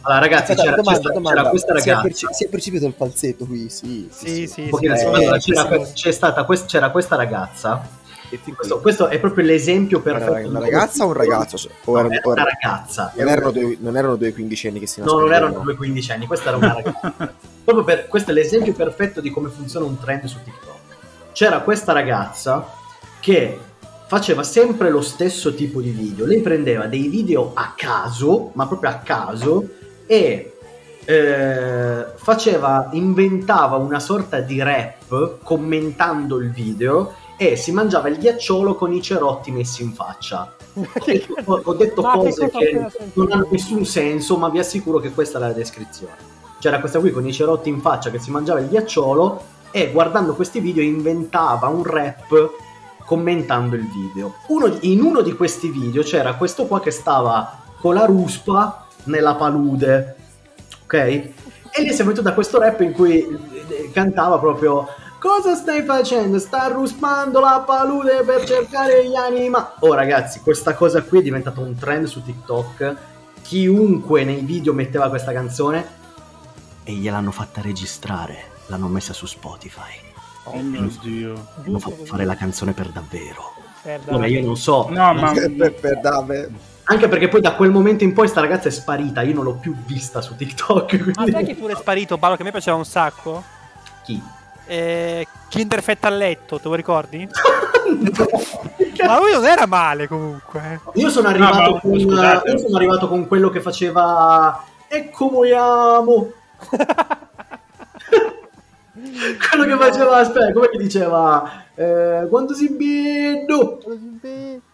Speaker 1: Allora, ragazzi,
Speaker 4: Aspetta,
Speaker 1: c'era,
Speaker 4: domanda,
Speaker 1: c'era-
Speaker 4: domanda.
Speaker 1: c'era questa
Speaker 4: si, è
Speaker 1: ragazza.
Speaker 4: perce- si è percepito il falsetto qui, sì.
Speaker 2: Sì, sì,
Speaker 1: Un
Speaker 2: sì.
Speaker 1: pochino-
Speaker 4: sì,
Speaker 1: allora,
Speaker 4: sì,
Speaker 1: c'era,
Speaker 2: sì.
Speaker 1: c'è stata quest- c'era questa ragazza.
Speaker 4: E fin qui.
Speaker 1: Questo, questo è proprio l'esempio
Speaker 4: Era
Speaker 1: perfetto.
Speaker 4: una,
Speaker 1: di come-
Speaker 4: ragazza o un ragazzo? Cioè, o
Speaker 1: No,
Speaker 4: erano-
Speaker 1: era
Speaker 4: o
Speaker 1: una
Speaker 4: erano-
Speaker 1: ragazza.
Speaker 4: non, erano due, non erano due quindicenni che si
Speaker 1: No, non
Speaker 4: nascondevano.
Speaker 1: erano due quindicenni, questa era una ragazza.
Speaker 5: Oh,
Speaker 1: Proprio per, questo è l'esempio perfetto di come funziona un trend su TikTok. C'era questa ragazza che faceva sempre lo stesso tipo di video. Lei prendeva dei video a caso, ma proprio a caso, e eh, faceva, inventava una sorta di rap commentando il video e si mangiava il ghiacciolo con i cerotti messi in faccia. Ho, ho detto
Speaker 5: Ma che
Speaker 1: cose
Speaker 5: cosa
Speaker 1: che
Speaker 5: appena sentito?
Speaker 1: non hanno nessun senso, ma vi assicuro che questa era la descrizione. C'era questa qui con i cerotti in faccia che si mangiava il ghiacciolo e guardando questi video inventava un rap commentando il video. Uno di- in uno di questi video c'era questo qua che stava con la ruspa nella palude, ok? E lì si è venuto da questo rap in cui eh, cantava proprio Cosa stai facendo? Sta ruspando la palude per cercare gli anima. Oh ragazzi, questa cosa qui è diventata un trend su TikTok. Chiunque nei video metteva questa canzone e gliel'hanno fatta registrare, l'hanno messa su Spotify.
Speaker 3: Oh mio dio.
Speaker 1: Hanno fatto fare la canzone per davvero.
Speaker 2: Merda.
Speaker 1: Ora io non so.
Speaker 3: No, ma
Speaker 4: per, per dame.
Speaker 1: Anche perché poi da quel momento in poi sta ragazza è sparita, io non l'ho più vista su TikTok.
Speaker 2: Ma sai
Speaker 1: Quindi...
Speaker 2: chi pure è sparito? Ballo che a me piaceva un sacco.
Speaker 1: Chi?
Speaker 2: Eh, Kinderfett a letto, te lo ricordi? Ma lui non era male comunque.
Speaker 1: Io sono arrivato,
Speaker 3: ma-
Speaker 1: con,
Speaker 3: scusate.
Speaker 1: io sono arrivato con quello che faceva Ecco moiamo.
Speaker 5: Mm.
Speaker 1: quello che faceva, aspetta, come che diceva? Eh, quando si vedo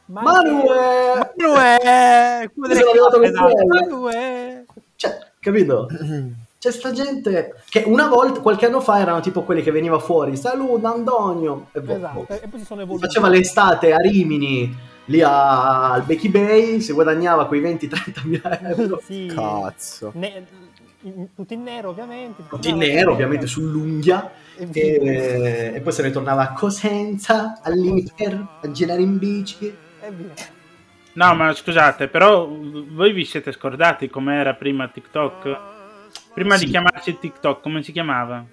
Speaker 1: Manuel.
Speaker 2: Manuel! quello delle
Speaker 1: Sono arrivato
Speaker 2: cappe,
Speaker 1: con
Speaker 2: esatto.
Speaker 1: quello.
Speaker 2: Manuel!
Speaker 1: Cioè, capito? C'è sta gente che una volta, qualche anno fa, erano tipo quelli che veniva fuori. Saluta Antonio. E boh,
Speaker 5: Esatto,
Speaker 1: boh.
Speaker 5: e poi si sono evoluti.
Speaker 1: Faceva l'estate a Rimini, lì a- al Becky Bay, si guadagnava quei 20-30 mila euro.
Speaker 5: Sì.
Speaker 4: Cazzo.
Speaker 5: Ne- in- tutti in nero ovviamente.
Speaker 1: Tutti in nero, ovviamente sull'unghia.
Speaker 5: E
Speaker 1: E, e poi se ne tornava a Cosenza, all'Inter, a girare in bici.
Speaker 5: via.
Speaker 3: no, ma scusate, però voi vi siete scordati com'era prima TikTok? Prima
Speaker 1: Sì.
Speaker 3: di chiamarsi TikTok, come si chiamava?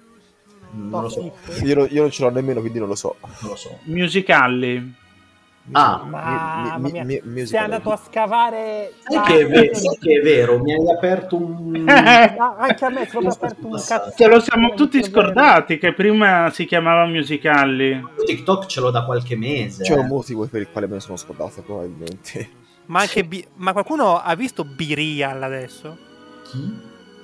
Speaker 1: Non lo so.
Speaker 4: Io, non- io non ce l'ho nemmeno, quindi non lo so.
Speaker 1: Non lo so.
Speaker 3: Musicalli.
Speaker 1: Ah,
Speaker 5: Mamma mia. Sei
Speaker 4: musical.
Speaker 5: andato a scavare.
Speaker 2: Ah.
Speaker 1: Sai che, è vero, sai che è vero, mi hai aperto un...
Speaker 3: Eh,
Speaker 5: Ah, anche a me sono aperto un cazzo.
Speaker 3: ce lo siamo tutti scordati che prima si chiamava Musicalli.
Speaker 1: TikTok ce l'ho da qualche mese.
Speaker 4: C'è
Speaker 1: eh.
Speaker 4: un motivo per il quale me ne sono scordato, probabilmente.
Speaker 2: Ma, anche Bi- ma qualcuno ha visto B-Real adesso?
Speaker 1: Chi?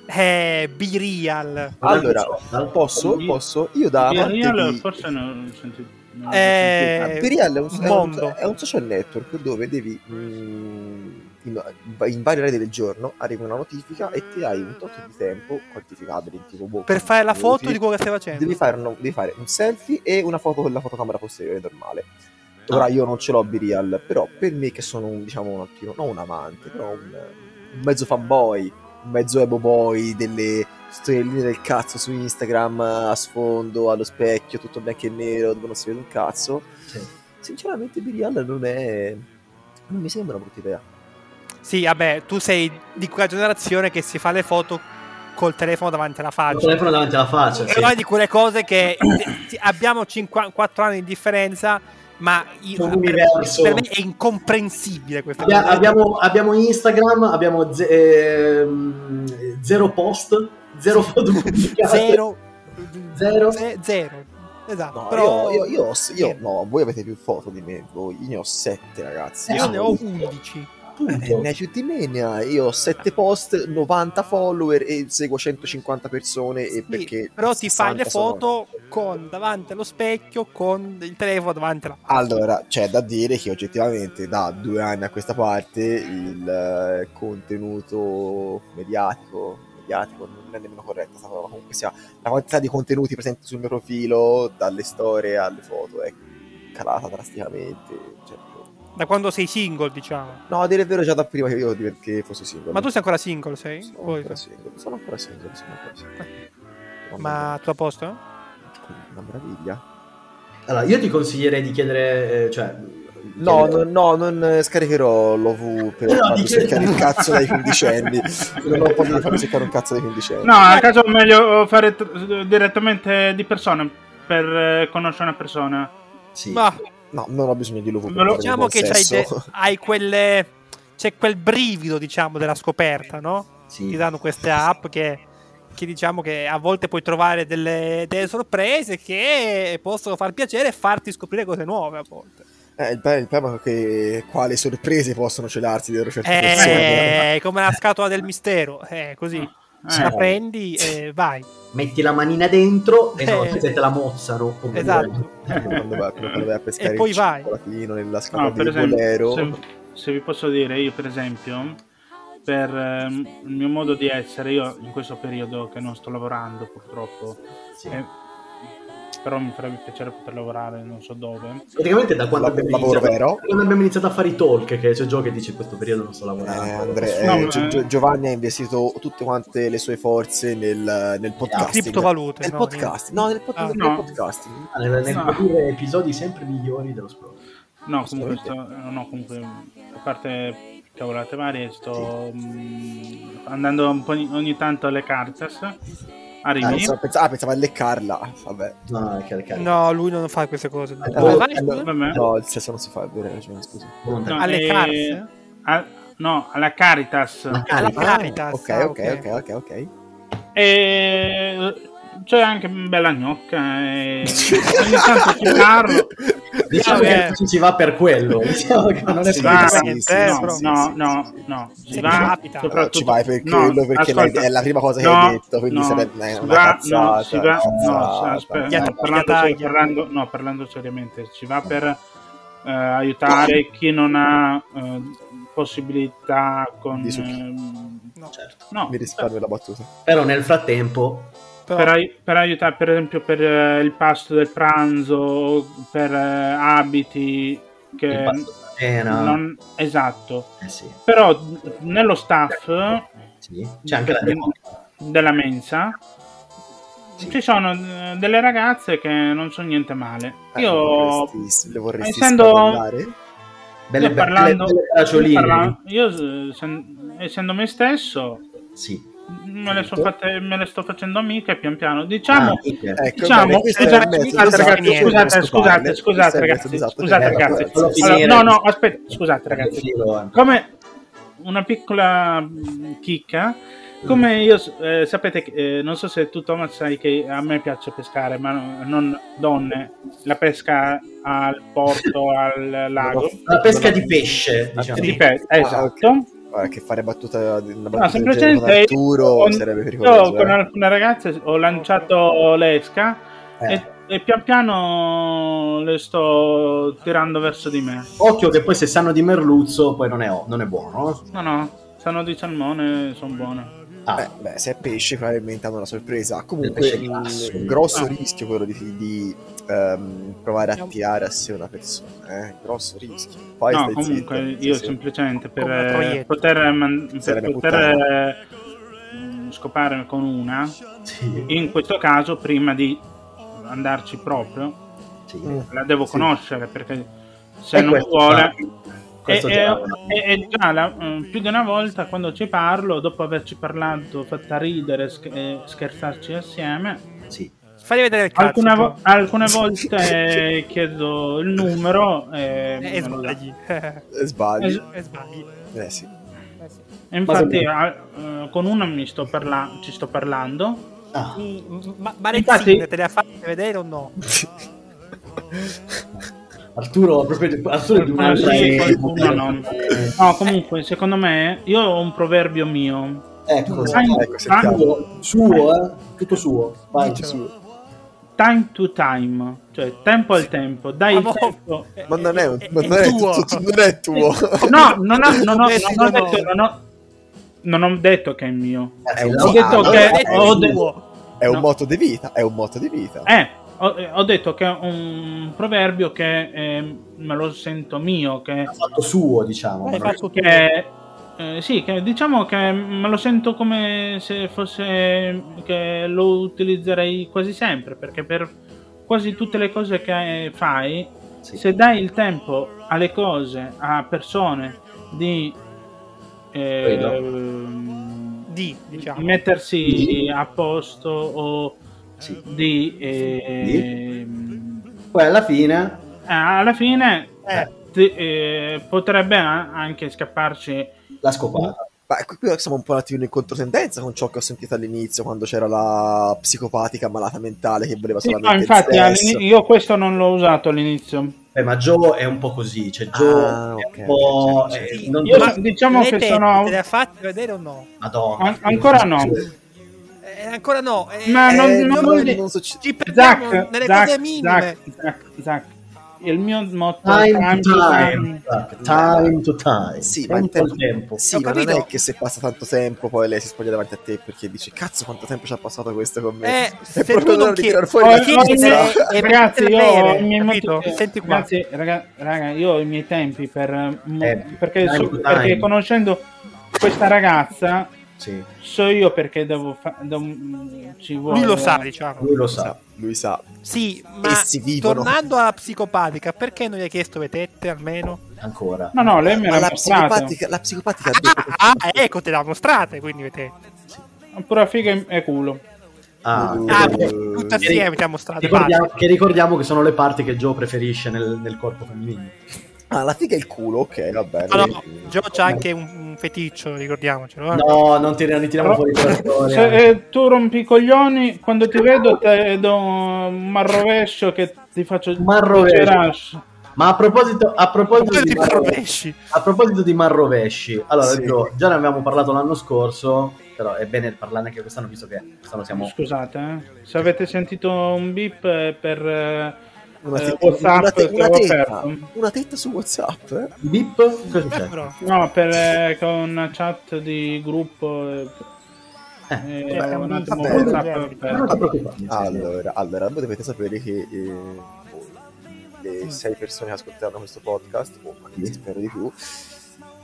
Speaker 2: Eh, B-Real.
Speaker 4: Allora,
Speaker 1: Social?
Speaker 4: posso? Posso? Io da
Speaker 3: Io-
Speaker 4: amante
Speaker 3: io lo-
Speaker 4: di-
Speaker 3: forse non ho sentito. non l'ho
Speaker 2: Eh,
Speaker 3: sentito.
Speaker 4: Ah, Perial è un, è, un-
Speaker 2: mondo.
Speaker 4: è un social network dove devi mm, in, in varie aree del giorno arriva una notifica e ti dai un tot di tempo quantificabile in tipo boh,
Speaker 2: Per fare la
Speaker 4: 15
Speaker 2: foto di
Speaker 4: minuti.
Speaker 2: quello che stai facendo.
Speaker 4: devi fare, un, devi fare un selfie e una foto con la fotocamera posteriore normale
Speaker 2: ah.
Speaker 4: ora io non ce l'ho B-Real però per me che sono un, diciamo un attimo non un amante però un, un mezzo fanboy un mezzo ebo boy delle stelline del cazzo su Instagram a sfondo allo specchio tutto bianco e nero dove non si vede un cazzo
Speaker 1: Sì.
Speaker 4: sinceramente Billy Allen non è non mi sembra una brutta idea
Speaker 2: Sì, vabbè, tu sei di quella generazione che si fa le foto col telefono davanti alla
Speaker 1: Il
Speaker 2: faccia.
Speaker 1: telefono davanti alla faccia,
Speaker 2: È
Speaker 1: sì.
Speaker 2: una di quelle cose che ti- ti- abbiamo 4 anni di differenza, ma io,
Speaker 1: Un
Speaker 2: per,
Speaker 1: universo.
Speaker 2: per me è incomprensibile questa
Speaker 1: Abbia-
Speaker 2: cosa.
Speaker 1: abbiamo, abbiamo Instagram, abbiamo ze- ehm, zero post, zero foto pubblicate.
Speaker 2: zero,
Speaker 1: Zero.
Speaker 2: ze- zero. Esatto.
Speaker 4: no
Speaker 2: però eh,
Speaker 4: io, io, io, ho- io- no voi avete più foto di me voi, io ne ho sette ragazzi
Speaker 2: io
Speaker 1: no.
Speaker 2: ne ho 11.
Speaker 4: Eh,
Speaker 1: Appunto.
Speaker 4: ne hai più di me ne hai. ah, io ho sette post 90 follower e seguo 150 persone e
Speaker 2: Sì,
Speaker 4: perché
Speaker 2: però ti fai le
Speaker 4: 60 sono-
Speaker 2: foto con davanti allo specchio con il telefono davanti alla faccia.
Speaker 4: Allora, c'è da dire che oggettivamente da due anni a questa parte il eh, contenuto mediatico, mediatico non è nemmeno corretta sta parola, comunque sia, la quantità di contenuti presenti sul mio profilo, dalle storie alle foto, è calata drasticamente. cioè,
Speaker 2: da quando sei single, diciamo.
Speaker 4: no, a dire il vero già da prima che io div- che fossi singolo.
Speaker 2: Ma tu sei ancora single, sei?
Speaker 4: sono
Speaker 2: Poi-
Speaker 4: ancora singolo, sono ancora singolo, sono ancora singolo.
Speaker 2: Ma tu a posto?
Speaker 4: Una meraviglia.
Speaker 1: Allora, io ti consiglierei di chiedere, eh, cioè...
Speaker 4: No,
Speaker 1: chiedere-
Speaker 4: no, no, non eh, scaricherò l'OV per
Speaker 1: Cioè, No,
Speaker 4: farmi
Speaker 1: dice-
Speaker 4: cercare il cazzo dai quindicenni. non ho paura di farmi cercare un cazzo dei quindicenni.
Speaker 3: No, a caso è meglio fare t- direttamente di persona per eh, conoscere una persona.
Speaker 1: Sì.
Speaker 2: Ma
Speaker 4: No, non ho bisogno di l'OV.
Speaker 3: Ma lo-
Speaker 2: diciamo che c'hai, de- hai quelle. C'è quel brivido, diciamo, della scoperta, no?
Speaker 1: sì.
Speaker 2: Ti danno queste app che, che diciamo che a volte puoi trovare delle, delle sorprese che possono far piacere e farti scoprire cose nuove a volte.
Speaker 4: Eh, il, pe- il problema è che quali sorprese possono celarsi dietro certe persone.
Speaker 2: Eh, come la scatola del mistero, eh, così.
Speaker 3: Eh,
Speaker 2: La prendi e vai.
Speaker 1: Metti la manina dentro e no,
Speaker 2: Eh.
Speaker 1: te te la mozzano. oppure-
Speaker 2: Esatto.
Speaker 4: Quando vai, quando vai a pescare
Speaker 2: E poi
Speaker 4: il
Speaker 2: vai.
Speaker 4: cioccolatino nella scatola
Speaker 3: Eh, no,
Speaker 4: di
Speaker 3: per esempio,
Speaker 4: bolero.
Speaker 3: se, se vi posso dire, io per esempio, per ehm, il mio modo di essere, io in questo periodo che non sto lavorando purtroppo,
Speaker 1: Sì.
Speaker 3: eh, però mi farebbe piacere poter lavorare, non so dove.
Speaker 1: Praticamente da quando,
Speaker 4: Lab-
Speaker 1: abbiamo
Speaker 4: lavoro
Speaker 1: iniziato,
Speaker 4: vero.
Speaker 1: da quando abbiamo iniziato a fare i talk, che c'è Gio che dice in questo periodo non sto
Speaker 4: Eh,
Speaker 1: lavorando.
Speaker 4: Andre- eh,
Speaker 3: Ah, No, ma-
Speaker 4: Gio- Gio- Giovanni ha investito tutte quante le sue forze nel,
Speaker 3: Ah,
Speaker 4: nel podcasting.
Speaker 2: Criptovalute.
Speaker 4: Nel
Speaker 2: no,
Speaker 4: podcast, no, nel, pod-
Speaker 2: Ah.
Speaker 4: nel
Speaker 3: No.
Speaker 4: podcasting.
Speaker 1: Ah, nel, nel
Speaker 3: No.
Speaker 1: produrre episodi sempre migliori dello Spro.
Speaker 3: No, comunque, sto, eh,
Speaker 4: Assolutamente.
Speaker 3: no, comunque a parte cavolate varie, sto mm, andando un po' ogni, ogni tanto alle cartas.
Speaker 4: Ah,
Speaker 3: Arrivi.
Speaker 4: pensavo, pensavo, ah, pensavo a leccarla. Vabbè.
Speaker 1: No, è caricato.
Speaker 2: No, lui non fa queste cose. Boh.
Speaker 1: Eh,
Speaker 2: Dove
Speaker 1: eh,
Speaker 2: vai,
Speaker 4: eh,
Speaker 2: scusa?
Speaker 4: no.
Speaker 3: Vabbè.
Speaker 4: No, il sesso non si fa, hai ragione, scusa.
Speaker 1: Volontà.
Speaker 3: No,
Speaker 2: Alle
Speaker 3: eh,
Speaker 2: carse?
Speaker 3: a- no, alla Caritas.
Speaker 1: Ma
Speaker 2: Alla
Speaker 1: carica.
Speaker 2: Caritas.
Speaker 4: ok,
Speaker 2: ah,
Speaker 4: ok, ok, ok, ok.
Speaker 3: E c'è anche bella gnocca. E... eh. Ogni tanto ci parlo.
Speaker 1: Diciamo
Speaker 2: Vabbè.
Speaker 1: che ci si va per quello. Diciamo che non è
Speaker 4: Sì,
Speaker 1: per-
Speaker 3: va,
Speaker 2: sì,
Speaker 3: no,
Speaker 2: sì,
Speaker 3: no,
Speaker 2: sì, sì,
Speaker 3: no,
Speaker 4: sì,
Speaker 3: no,
Speaker 4: sì,
Speaker 3: no,
Speaker 4: sì,
Speaker 3: ci
Speaker 4: sì.
Speaker 3: va.
Speaker 2: Capita.
Speaker 4: Però
Speaker 3: soprattutto-
Speaker 4: ci vai per
Speaker 3: no,
Speaker 4: quello, perché
Speaker 3: ascolta.
Speaker 4: l'hai- è la prima cosa che
Speaker 3: No,
Speaker 4: hai detto, quindi
Speaker 3: no,
Speaker 4: sarebbe eh,
Speaker 3: si
Speaker 4: una
Speaker 3: va-
Speaker 4: cazzata.
Speaker 3: No, si va, no,
Speaker 4: cazzata.
Speaker 3: aspetta,
Speaker 2: Ghiaccia-
Speaker 3: no, parlando,
Speaker 2: ghiacciaia.
Speaker 3: parlando- no, parlando seriamente, ci va per eh, aiutare chi non ha eh, possibilità con...
Speaker 4: Di succhi.
Speaker 3: ehm,
Speaker 2: No.
Speaker 1: Certo.
Speaker 3: no, eh,
Speaker 4: Mi risparmio la battuta.
Speaker 1: Però nel frattempo...
Speaker 2: Però-
Speaker 3: per, ai- per aiutare per esempio per eh, il pasto del pranzo per eh, abiti che
Speaker 1: il pasto della cena,
Speaker 3: Eh, non- esatto
Speaker 1: eh sì,
Speaker 3: però nello staff
Speaker 1: sì. C'è anche la democra.
Speaker 3: della mensa
Speaker 1: Sì.
Speaker 3: ci sono eh, delle ragazze che non so niente male
Speaker 4: Eh,
Speaker 3: io
Speaker 4: le vorresti- le vorresti
Speaker 3: essendo-
Speaker 4: spaventare?
Speaker 1: Belle, belle,
Speaker 3: io parlando
Speaker 1: belle bracioline.
Speaker 3: io, parla- io, eh, sen- essendo me stesso
Speaker 1: Sì.
Speaker 3: me le, so fatte- me le sto facendo amiche pian piano.
Speaker 1: Ah,
Speaker 3: Diciamo,
Speaker 4: Ecco,
Speaker 3: diciamo,
Speaker 4: bene, questo è
Speaker 3: scusate,
Speaker 4: il mezzo,
Speaker 3: scusate,
Speaker 4: esatto,
Speaker 3: ragazzi, scusate,
Speaker 4: questo
Speaker 3: scusate,
Speaker 4: posso farne. Questo
Speaker 3: scusate,
Speaker 4: è il mezzo,
Speaker 3: ragazzi,
Speaker 4: esatto,
Speaker 1: Eh,
Speaker 3: scusate,
Speaker 4: esatto,
Speaker 3: ragazzi.
Speaker 4: esatto.
Speaker 6: Allora,
Speaker 3: Allora, no, no, aspetta, scusate, ragazzi. Come una piccola mh, chicca, come io eh, sapete, che, eh, non so se tu Thomas sai che a me piace pescare, ma no- non donne, la pesca al porto, al lago.
Speaker 6: La pesca di pesce,
Speaker 4: Ah,
Speaker 6: diciamo.
Speaker 3: Di pe- esatto.
Speaker 4: Guarda, che fare battuta una
Speaker 3: No,
Speaker 4: battuta del genere con
Speaker 3: semplicemente
Speaker 4: Arturo
Speaker 3: con-
Speaker 4: sarebbe
Speaker 3: io
Speaker 4: pericoloso.
Speaker 3: con
Speaker 4: eh.
Speaker 3: alcune ragazze ho lanciato l'esca
Speaker 4: Eh.
Speaker 3: e, e pian piano le sto tirando verso di me.
Speaker 1: Occhio che poi se sanno di merluzzo poi non è, non è buono.
Speaker 3: No, no, sono di salmone, sono buone.
Speaker 1: Ah,
Speaker 4: Beh, Eh, beh, se è pesce probabilmente hanno una sorpresa. Comunque,
Speaker 1: pesce
Speaker 4: il
Speaker 1: grasso.
Speaker 4: grosso
Speaker 3: Ah.
Speaker 4: rischio quello di, di, ehm, provare a tirare a sé una persona. Eh? Grosso rischio. Poi
Speaker 3: No,
Speaker 4: stai
Speaker 3: comunque
Speaker 4: zitto,
Speaker 3: io
Speaker 4: sì, sì.
Speaker 3: semplicemente per
Speaker 2: Come una
Speaker 3: eh,
Speaker 2: proietta.
Speaker 3: poter, man- per
Speaker 4: Sarebbe
Speaker 3: poter
Speaker 4: puttana.
Speaker 3: eh, mh, scopare con una,
Speaker 1: sì,
Speaker 3: in questo caso prima di andarci proprio,
Speaker 1: sì.
Speaker 2: Mm.
Speaker 3: la devo
Speaker 1: Sì.
Speaker 3: conoscere perché se
Speaker 1: E
Speaker 3: Cioè, non
Speaker 1: questo
Speaker 3: vuole...
Speaker 1: già-
Speaker 3: E,
Speaker 1: questo già-
Speaker 3: e- e già la- mm, più di una volta quando ci parlo, dopo averci parlato, fatta ridere sch- e scherzarci assieme,
Speaker 1: sì.
Speaker 2: Fagli vedere il cazzo.
Speaker 3: alcune, vo-
Speaker 2: tu.
Speaker 3: alcune volte eh, chiedo il numero e,
Speaker 2: Eh, E
Speaker 3: me lo dà.
Speaker 2: sbagli. E
Speaker 4: Eh, Sbagli.
Speaker 3: Es-
Speaker 2: sbagli.
Speaker 4: Eh, sì.
Speaker 3: E infatti a- eh, con una mi sto parla- ci sto parlando.
Speaker 1: Ah,
Speaker 2: Mm, Ma, ma le zine te le ha fatte vedere o no?
Speaker 1: Arturo, proprio, Arturo è di
Speaker 3: Qualcuno
Speaker 1: un'altra
Speaker 3: Ah, sì,
Speaker 1: epoca.
Speaker 3: qualcuno no.
Speaker 4: eh.
Speaker 1: Eh,
Speaker 3: No, comunque, secondo me, io ho un proverbio mio.
Speaker 1: Ecco,
Speaker 4: Sì, ecco, sentiamo.
Speaker 1: suo, suo, eh? tutto suo. Vai.
Speaker 4: Dice
Speaker 3: certo.
Speaker 4: su.
Speaker 3: Time to time, cioè tempo al tempo, dai il
Speaker 2: Amore.
Speaker 3: tempo.
Speaker 4: Ma non
Speaker 2: Eh,
Speaker 4: è, un- ma non
Speaker 2: è
Speaker 4: è
Speaker 2: tuo.
Speaker 4: tutto- non è tuo.
Speaker 3: No, non, ho, non, ho,
Speaker 2: Eh, sì,
Speaker 3: non ho
Speaker 2: no, no.
Speaker 3: detto, non, ho, non ho detto che è mio.
Speaker 4: È un
Speaker 1: Ho
Speaker 4: moto-
Speaker 3: detto
Speaker 4: no,
Speaker 3: che-
Speaker 4: è
Speaker 3: ho
Speaker 4: un-
Speaker 3: detto-
Speaker 4: è un
Speaker 3: no.
Speaker 4: motto di vita. È un motto di vita.
Speaker 3: Eh, ho, eh, ho detto che è un proverbio che eh, me lo sento mio, che,
Speaker 1: Ha fatto suo, diciamo.
Speaker 5: Vai, vai.
Speaker 3: che, eh, sì, che diciamo che me lo sento come se fosse che lo utilizzerei quasi sempre, perché per quasi tutte le cose che fai,
Speaker 1: Sì.
Speaker 3: se dai il tempo alle cose, a persone di... ehm, eh,
Speaker 2: Di, diciamo.
Speaker 3: di mettersi
Speaker 1: Sì.
Speaker 3: a posto o
Speaker 1: Sì.
Speaker 3: di eh,
Speaker 1: Poi alla fine,
Speaker 3: eh, alla fine
Speaker 1: Eh.
Speaker 3: ti- eh, potrebbe a- anche scapparci
Speaker 1: la scopata.
Speaker 4: Ma qui qui siamo un po' un attimo in controtendenza con ciò che ho sentito all'inizio quando c'era la psicopatica malata mentale che voleva
Speaker 3: Sì, no,
Speaker 4: solamente
Speaker 3: infatti
Speaker 4: il sesso.
Speaker 3: all'ini- io questo non l'ho usato all'inizio
Speaker 1: Beh, ma Joe è un po' così, cioè Joe
Speaker 4: Ah,
Speaker 1: è
Speaker 4: ok,
Speaker 1: un po'...
Speaker 4: ok, certo,
Speaker 1: eh,
Speaker 2: certo.
Speaker 1: non-
Speaker 3: io
Speaker 2: Ma
Speaker 3: so- diciamo
Speaker 2: le
Speaker 3: che
Speaker 2: tette
Speaker 3: sono
Speaker 2: Te le ha fatte vedere o no?
Speaker 1: Madonna.
Speaker 3: an- ancora no
Speaker 2: Eh, ancora no. eh,
Speaker 3: Ma
Speaker 2: eh,
Speaker 3: non- non
Speaker 2: non-
Speaker 3: vuol dire-
Speaker 4: succede.
Speaker 2: Ci perdiamo
Speaker 3: Zac,
Speaker 2: nelle cose
Speaker 3: Zac,
Speaker 2: minime.
Speaker 3: Zac, Zac, Zac. il mio motto è
Speaker 1: Time to time. Time to time.
Speaker 4: Sì, ma il
Speaker 1: tempo
Speaker 4: tempo-
Speaker 1: al tempo.
Speaker 4: Sì,
Speaker 2: Ho
Speaker 4: ma non
Speaker 2: capito.
Speaker 4: è che se passa tanto tempo poi lei si spoglia davanti a te perché dici cazzo quanto tempo ci ha passato questo con me.
Speaker 2: Eh, se
Speaker 4: è proprio
Speaker 2: tu non
Speaker 4: l'ora di
Speaker 2: chiedi-
Speaker 4: tirar fuori la
Speaker 2: Oh, no,
Speaker 4: tizia.
Speaker 2: no, e
Speaker 3: ragazzi, io ho
Speaker 2: vedere,
Speaker 3: i miei
Speaker 2: capito?
Speaker 3: moti- eh,
Speaker 2: Senti qua.
Speaker 3: ragazzi, raga, raga, io ho i miei tempi per, eh, mo-
Speaker 1: Eh,
Speaker 3: perché, so-
Speaker 1: time to
Speaker 3: perché
Speaker 1: time.
Speaker 3: conoscendo questa ragazza
Speaker 1: Sì,
Speaker 3: so io perché devo fa- devo- ci vuole
Speaker 2: Lui lo sa, diciamo.
Speaker 1: lui lo sa.
Speaker 4: Lui sa.
Speaker 2: Sì, ma
Speaker 4: Essi vivono.
Speaker 2: tornando alla psicopatica, perché non gli hai chiesto le tette almeno?
Speaker 1: ancora.
Speaker 3: No, no, lei me
Speaker 4: Ma
Speaker 3: l'ha
Speaker 4: la
Speaker 3: mostrato.
Speaker 4: psicopatica, la psicopatica ha detto che-
Speaker 2: Ah, ah, ecco, te le ha mostrate, quindi le tette.
Speaker 3: Pura figa e- e culo.
Speaker 1: Ah,
Speaker 4: Uh,
Speaker 2: Ah,
Speaker 1: che-
Speaker 4: Eh,
Speaker 2: tutte assieme ti ha mostrato.
Speaker 1: ricordiamo, che ricordiamo che sono le parti che Joe preferisce nel, nel corpo femminile.
Speaker 4: Ah, la figa è il culo, ok, va bene.
Speaker 2: Ah, No, no,
Speaker 4: Eh,
Speaker 2: Gio c'ha anche un, un feticcio, ricordiamocelo. eh.
Speaker 1: No, non ti non tiriamo
Speaker 3: Però-
Speaker 1: fuori quella storia.
Speaker 3: Se eh, tu rompi i coglioni, quando ti vedo te do un marrovescio che ti faccio
Speaker 1: Marrovescio.
Speaker 3: girarci.
Speaker 1: Ma a proposito, a
Speaker 2: Ma
Speaker 1: proposito
Speaker 2: poi
Speaker 1: di
Speaker 2: ti
Speaker 1: Marrovesci,
Speaker 2: rovesci.
Speaker 1: a proposito di Marrovesci, allora
Speaker 4: Sì.
Speaker 1: Gio, già ne avevamo parlato l'anno scorso, però è bene parlarne anche quest'anno visto che quest'anno siamo
Speaker 3: Scusate, eh. se avete sentito un beep eh, per eh,
Speaker 4: Una,
Speaker 3: eh,
Speaker 4: te-
Speaker 3: WhatsApp
Speaker 4: una te-
Speaker 3: che
Speaker 4: una
Speaker 3: avevo
Speaker 4: tetta,
Speaker 3: aperto.
Speaker 4: una tetta su WhatsApp. eh?
Speaker 1: Bip, cosa c'è?
Speaker 2: Però,
Speaker 3: No, per eh, con una chat di gruppo. eh, eh,
Speaker 2: vabbè,
Speaker 3: un attimo
Speaker 4: vabbè,
Speaker 3: WhatsApp, eh,
Speaker 1: Ma non ti preoccupare. sì.
Speaker 4: Allora, allora, voi dovete sapere che eh, le sei persone che ascolteranno questo podcast, o anche se spero di più,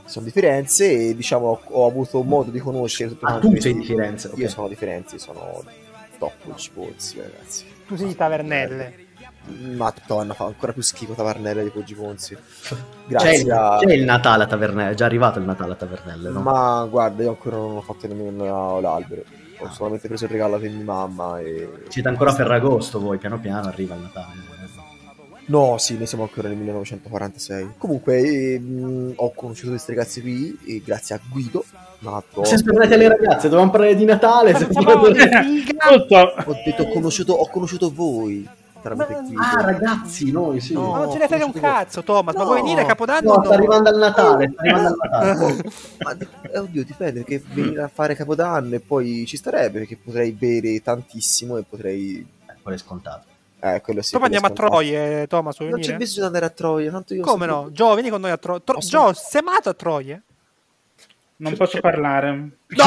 Speaker 4: sono di Firenze e diciamo ho avuto modo di conoscere tutto
Speaker 1: Ah,
Speaker 4: quanto
Speaker 1: tu
Speaker 4: questo-
Speaker 1: sei di Firenze, ok.
Speaker 4: Io sono di Firenze, sono top Pozzi, ragazzi.
Speaker 5: Tu sei di Tavernelle.
Speaker 2: Nelle.
Speaker 4: Madonna, fa ancora più schifo Tavernelle di Poggi Ponzi.
Speaker 1: C'è
Speaker 4: Grazie
Speaker 1: il,
Speaker 4: a-
Speaker 1: c'è il Natale a Tavernelle, è già arrivato il Natale a Tavernelle, no?
Speaker 4: Ma guarda, io ancora non ho fatto nemmeno l'albero. Ho solamente preso il regalo per mia mamma e...
Speaker 1: Ah. Siete ancora a Ferragosto voi, piano piano arriva il Natale.
Speaker 4: No, sì, noi siamo ancora nel 1946. Comunque, eh, mh, ho conosciuto questi ragazzi qui eh, grazie a Guido. Ma
Speaker 1: Oh. Siamo tornati alle ragazze, dovevamo parlare di Natale. siamo
Speaker 5: Facciamo-
Speaker 1: tornati-
Speaker 3: Tutto.
Speaker 4: Ho detto, ho conosciuto, ho conosciuto voi tramite
Speaker 5: Ma-
Speaker 4: Guido.
Speaker 1: Ah, ragazzi, noi sì.
Speaker 4: No,
Speaker 2: Ma non ce ne frega un cazzo, Thomas.
Speaker 4: No.
Speaker 2: ma vuoi venire a Capodanno?
Speaker 1: No, sta arrivando al Natale, sta arrivando al Natale. Ecco,
Speaker 4: Ma, eh, oddio, dipende perché venire a fare Capodanno e poi ci starebbe perché potrei bere tantissimo e potrei.
Speaker 1: Eh, Quello è scontato.
Speaker 4: Eh, quello sì.
Speaker 2: Dopo
Speaker 4: quello
Speaker 2: andiamo a
Speaker 4: scontato.
Speaker 2: Troie, Thomas. Vuoi
Speaker 4: Non c'è
Speaker 2: venire?
Speaker 4: bisogno di andare a Troia, tanto io.
Speaker 2: Come
Speaker 4: sono-
Speaker 2: no? Gio, vieni con noi a Troie. Tro-
Speaker 4: Posso-
Speaker 2: Gio, sei amato a Troie?
Speaker 3: Non posso parlare.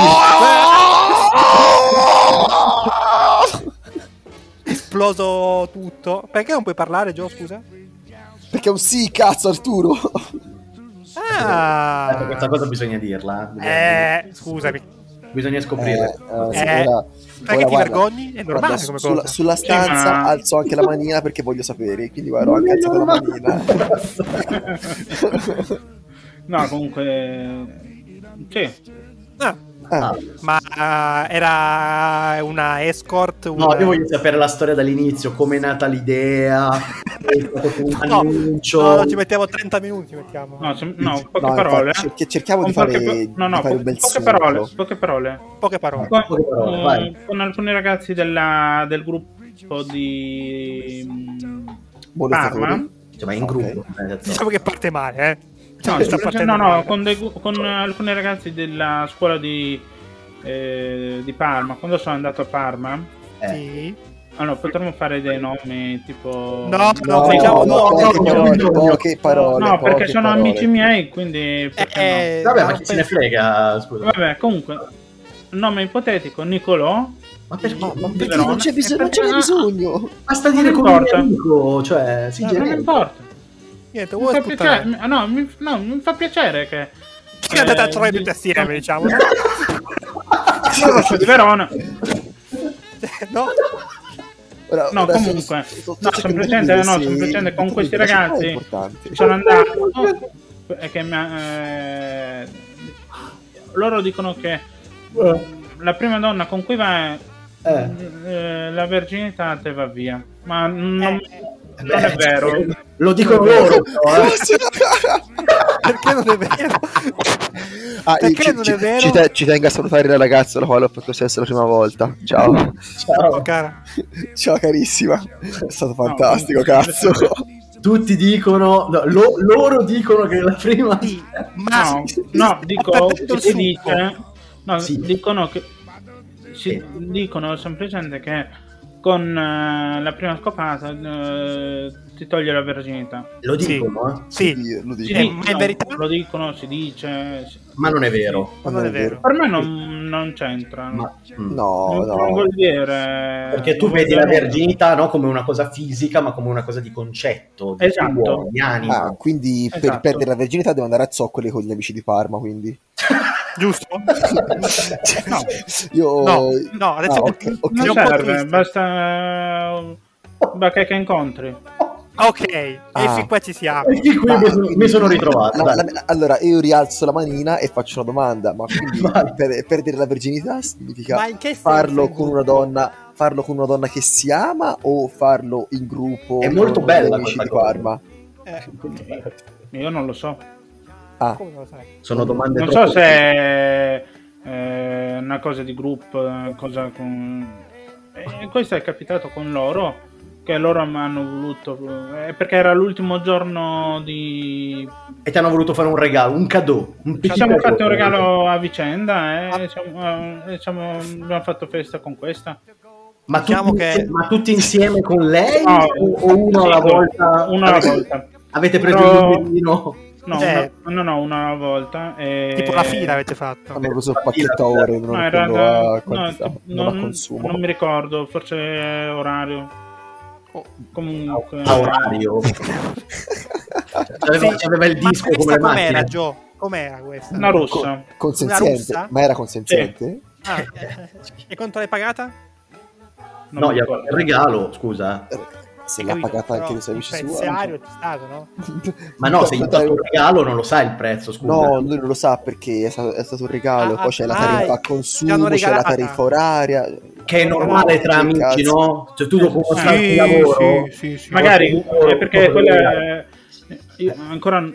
Speaker 2: Esploso tutto. Perché non puoi parlare, Gio? Scusa.
Speaker 4: Perché è un sì, cazzo, Arturo.
Speaker 1: Aspetta, Ecco, questa
Speaker 2: Ah,
Speaker 1: cosa bisogna dirla. eh.
Speaker 2: eh, scusami.
Speaker 1: Bisogna scoprirla.
Speaker 4: Eh,
Speaker 2: Eh,
Speaker 4: ora- ora,
Speaker 2: Perché ti
Speaker 4: guarda,
Speaker 2: vergogni? È normale
Speaker 4: guarda,
Speaker 2: come
Speaker 4: sulla,
Speaker 2: cosa.
Speaker 4: sulla stanza
Speaker 3: Sì, Eh, ma-
Speaker 4: alzo anche la manina perché voglio sapere, quindi guarda, ho anche alzato la manina.
Speaker 3: No, comunque... Sì.
Speaker 2: Ah,
Speaker 4: Ah,
Speaker 2: ma ah, era una escort?
Speaker 1: No,
Speaker 2: una-
Speaker 1: io voglio sapere la storia dall'inizio, come è nata l'idea, è stato un
Speaker 2: No,
Speaker 1: annuncio.
Speaker 2: no, no, ci mettiamo 30 minuti. ci Mettiamo.
Speaker 3: No, sem- no, Ah, poche
Speaker 4: no,
Speaker 3: parole. eh.
Speaker 4: infatti, cer- cerchiamo di
Speaker 3: Con poche
Speaker 4: fare,
Speaker 3: pa- no,
Speaker 4: di
Speaker 3: no,
Speaker 4: fare
Speaker 3: po-
Speaker 4: un bel
Speaker 3: poche
Speaker 4: sunto.
Speaker 3: parole, poche parole.
Speaker 2: Poche parole.
Speaker 3: Con,
Speaker 1: Poche parole,
Speaker 3: con- eh,
Speaker 1: vai.
Speaker 3: con alcuni ragazzi della- del gruppo di mm,
Speaker 4: Molestatori.
Speaker 3: Parma.
Speaker 1: Cioè, ma in
Speaker 4: Ok.
Speaker 1: gruppo. eh, detto.
Speaker 2: Diciamo che parte male, eh.
Speaker 3: No,
Speaker 2: Sta
Speaker 3: sì,
Speaker 2: partendo
Speaker 3: no, no,
Speaker 2: male.
Speaker 3: con, dei gu- con, eh, alcuni ragazzi della scuola di, eh, di Parma. Quando sono andato a Parma,
Speaker 2: Sì.
Speaker 3: allora potremmo fare dei nomi tipo.
Speaker 2: No,
Speaker 4: No,
Speaker 2: No, diciamo,
Speaker 4: no,
Speaker 2: no,
Speaker 4: poche
Speaker 2: no,
Speaker 4: parole,
Speaker 1: no,
Speaker 4: poche parole,
Speaker 3: No, perché
Speaker 4: poche
Speaker 3: sono
Speaker 4: parole.
Speaker 3: amici miei, quindi. perché
Speaker 2: Eh,
Speaker 1: Vabbè, ma
Speaker 2: non
Speaker 1: chi se ne
Speaker 2: penso-
Speaker 1: frega,
Speaker 3: no?
Speaker 1: scusa.
Speaker 3: Vabbè, comunque, nome ipotetico: Nicolò.
Speaker 1: Ma perché?
Speaker 4: Ma, ma
Speaker 1: Ma,
Speaker 4: perché
Speaker 3: Verona.
Speaker 4: non c'è bisogno, non ce n'è
Speaker 3: Eh,
Speaker 4: bisogno.
Speaker 1: basta
Speaker 3: non
Speaker 1: dire come un
Speaker 3: importa.
Speaker 1: amico, cioè, si
Speaker 3: Eh, non
Speaker 1: generico.
Speaker 3: importa.
Speaker 2: Niente,
Speaker 3: Mi
Speaker 2: vuoi
Speaker 3: fa
Speaker 2: sputare?
Speaker 3: piacere, mi- no, mi, no, mi fa piacere che.
Speaker 2: Che andate a Troia
Speaker 3: di-
Speaker 2: tutti assieme, diciamo.
Speaker 3: Io lo so di Verona.
Speaker 2: no?
Speaker 4: Ora-
Speaker 3: No,
Speaker 4: ora
Speaker 3: comunque,
Speaker 4: sono-
Speaker 3: no,
Speaker 4: sono-
Speaker 3: semplicemente,
Speaker 4: sono-
Speaker 3: no,
Speaker 4: sì,
Speaker 3: semplicemente con
Speaker 4: tutto
Speaker 3: questi
Speaker 4: questo è
Speaker 3: ragazzi
Speaker 4: importante.
Speaker 3: sono andato e che mi ha- eh, loro dicono che la prima donna con cui va
Speaker 1: Eh.
Speaker 3: eh, la verginità te va via ma non,
Speaker 1: Eh,
Speaker 3: non
Speaker 1: beh,
Speaker 3: è vero
Speaker 1: Lo dicono loro, però, eh.
Speaker 2: Eh, Perché non è vero?
Speaker 4: Ah,
Speaker 2: Perché
Speaker 4: ci,
Speaker 2: non
Speaker 4: ci-
Speaker 2: è vero?
Speaker 4: Ci, te- ci tengo a salutare la ragazza la quale ho fatto sesso la prima volta. Ciao.
Speaker 2: Ciao, cara.
Speaker 4: Ciao carissima. È stato
Speaker 3: No,
Speaker 4: fantastico,
Speaker 3: no.
Speaker 4: cazzo.
Speaker 1: eh. Tutti dicono, no, lo- loro dicono che la prima...
Speaker 2: Sì, ma
Speaker 3: no, no dico
Speaker 2: perdendo il
Speaker 3: si
Speaker 2: succo.
Speaker 3: dice no,
Speaker 1: Sì.
Speaker 3: dicono che si-
Speaker 1: Eh.
Speaker 3: dicono semplicemente che con eh, la prima scopata eh, ti toglie la verginità
Speaker 1: Lo dicono, eh.
Speaker 2: sì,
Speaker 4: Io Lo
Speaker 2: Eh,
Speaker 3: Si
Speaker 4: dico.
Speaker 3: dice,
Speaker 2: ma in
Speaker 3: no,
Speaker 2: verità-
Speaker 3: lo dicono, si dice. si-
Speaker 1: ma non è vero.
Speaker 2: ma non è vero.
Speaker 3: Per me non, non c'entra.
Speaker 1: Ma- mm.
Speaker 4: No,
Speaker 3: non, non
Speaker 4: no.
Speaker 3: vuol dire.
Speaker 1: Perché tu
Speaker 3: Eh, non vuol
Speaker 1: vedi
Speaker 3: dire
Speaker 1: la
Speaker 3: nulla.
Speaker 1: verginità non come una cosa fisica, ma come una cosa di concetto, di
Speaker 3: Esatto.
Speaker 1: cuore, di anima.
Speaker 4: Ah, quindi per
Speaker 3: Esatto.
Speaker 4: perdere la virginità devo andare a zoccoli con gli amici di Parma, quindi.
Speaker 2: giusto?
Speaker 3: No,
Speaker 4: Io
Speaker 2: No, no, adesso
Speaker 4: Ah, ok, ok.
Speaker 2: Sei
Speaker 3: non
Speaker 2: un po'
Speaker 3: serve,
Speaker 2: triste.
Speaker 3: basta. eh, Basta che incontri.
Speaker 2: Ok, e
Speaker 4: Ah.
Speaker 2: fin qua ci siamo.
Speaker 1: E qui
Speaker 4: Ma-
Speaker 1: mi sono, mi sono ritrovato.
Speaker 4: la-
Speaker 1: dai.
Speaker 4: la- la- allora, io rialzo la manina e faccio una domanda, ma quindi
Speaker 1: Vai.
Speaker 4: per- perdere la virginità significa
Speaker 2: Ma in che senso?
Speaker 4: farlo con una donna farlo con una donna che si ama o farlo in gruppo
Speaker 1: È molto
Speaker 4: con
Speaker 1: bella
Speaker 4: gli amici
Speaker 1: questa
Speaker 4: di
Speaker 1: cosa.
Speaker 4: Parma
Speaker 2: Eh,
Speaker 3: Io non lo so.
Speaker 4: ah
Speaker 2: come lo sai?
Speaker 1: Sono domande
Speaker 3: Non so
Speaker 1: troppo-
Speaker 3: se è eh, una cosa di gruppo. eh, Cosa con... e questo è capitato con loro. Che loro mi hanno voluto. eh, perché era l'ultimo giorno di
Speaker 1: E ti hanno voluto fare un regalo, un cadeau. Un
Speaker 3: Ci
Speaker 1: petit
Speaker 3: siamo
Speaker 1: cadeau.
Speaker 3: fatti un regalo a vicenda
Speaker 1: Ah.
Speaker 3: eh, e siamo- eh, e siamo- abbiamo fatto festa con questa.
Speaker 1: Ma tutti,
Speaker 2: Diciamo che-
Speaker 1: ma tutti insieme con lei?
Speaker 3: No,
Speaker 1: o, o uno
Speaker 3: sì,
Speaker 1: alla
Speaker 3: con-
Speaker 1: volta?
Speaker 3: uno alla
Speaker 1: avete,
Speaker 3: volta.
Speaker 1: Avete preso
Speaker 3: Però-
Speaker 1: il numerino?
Speaker 3: No,
Speaker 2: Eh.
Speaker 3: una, no, no, una alla volta. e-
Speaker 2: Tipo la
Speaker 3: Eh,
Speaker 2: fila avete fatto.
Speaker 4: hanno preso il pacchetto a ore non
Speaker 3: No, era-
Speaker 4: ricordo
Speaker 3: no,
Speaker 4: a quantità
Speaker 3: tipo,
Speaker 4: non,
Speaker 3: non-
Speaker 4: a consumo
Speaker 3: non mi ricordo, forse orario.
Speaker 2: Oh.
Speaker 3: Comunque,
Speaker 1: A orario. Aveva, aveva il
Speaker 2: Ma
Speaker 1: disco come
Speaker 2: questa
Speaker 1: le macchine.
Speaker 2: com'era, Gio? Com'era questa?
Speaker 3: una rossa.
Speaker 4: consenziente
Speaker 2: russa?
Speaker 4: ma era consenziente
Speaker 2: Ah, eh, e quanto l'hai pagata?
Speaker 3: Non
Speaker 1: No,
Speaker 3: mi
Speaker 1: gli ha fatto
Speaker 3: ricordo.
Speaker 1: il regalo, scusa.
Speaker 4: se l'ha pagata anche dei servizi
Speaker 2: Il
Speaker 4: suoi.
Speaker 2: prezziario è stato, no?
Speaker 1: Ma no, se gli ho dato un
Speaker 4: Dai.
Speaker 1: regalo non lo sa il prezzo, scusa.
Speaker 4: No, lui non lo sa perché è stato, è stato un regalo.
Speaker 2: Ah,
Speaker 4: Poi c'è la
Speaker 2: ah,
Speaker 4: tariffa
Speaker 2: ah, ti hanno
Speaker 4: consumo, c'è la
Speaker 2: regalata.
Speaker 4: tariffa oraria.
Speaker 1: che è normale tra
Speaker 4: Che cazzo.
Speaker 1: amici, no? Cioè tu dopo
Speaker 3: Sì,
Speaker 1: un sì, lavoro...
Speaker 2: sì, sì.
Speaker 3: magari
Speaker 1: Guarda,
Speaker 3: è perché
Speaker 1: guarda,
Speaker 3: quella
Speaker 1: guarda.
Speaker 3: eh, io ancora mm,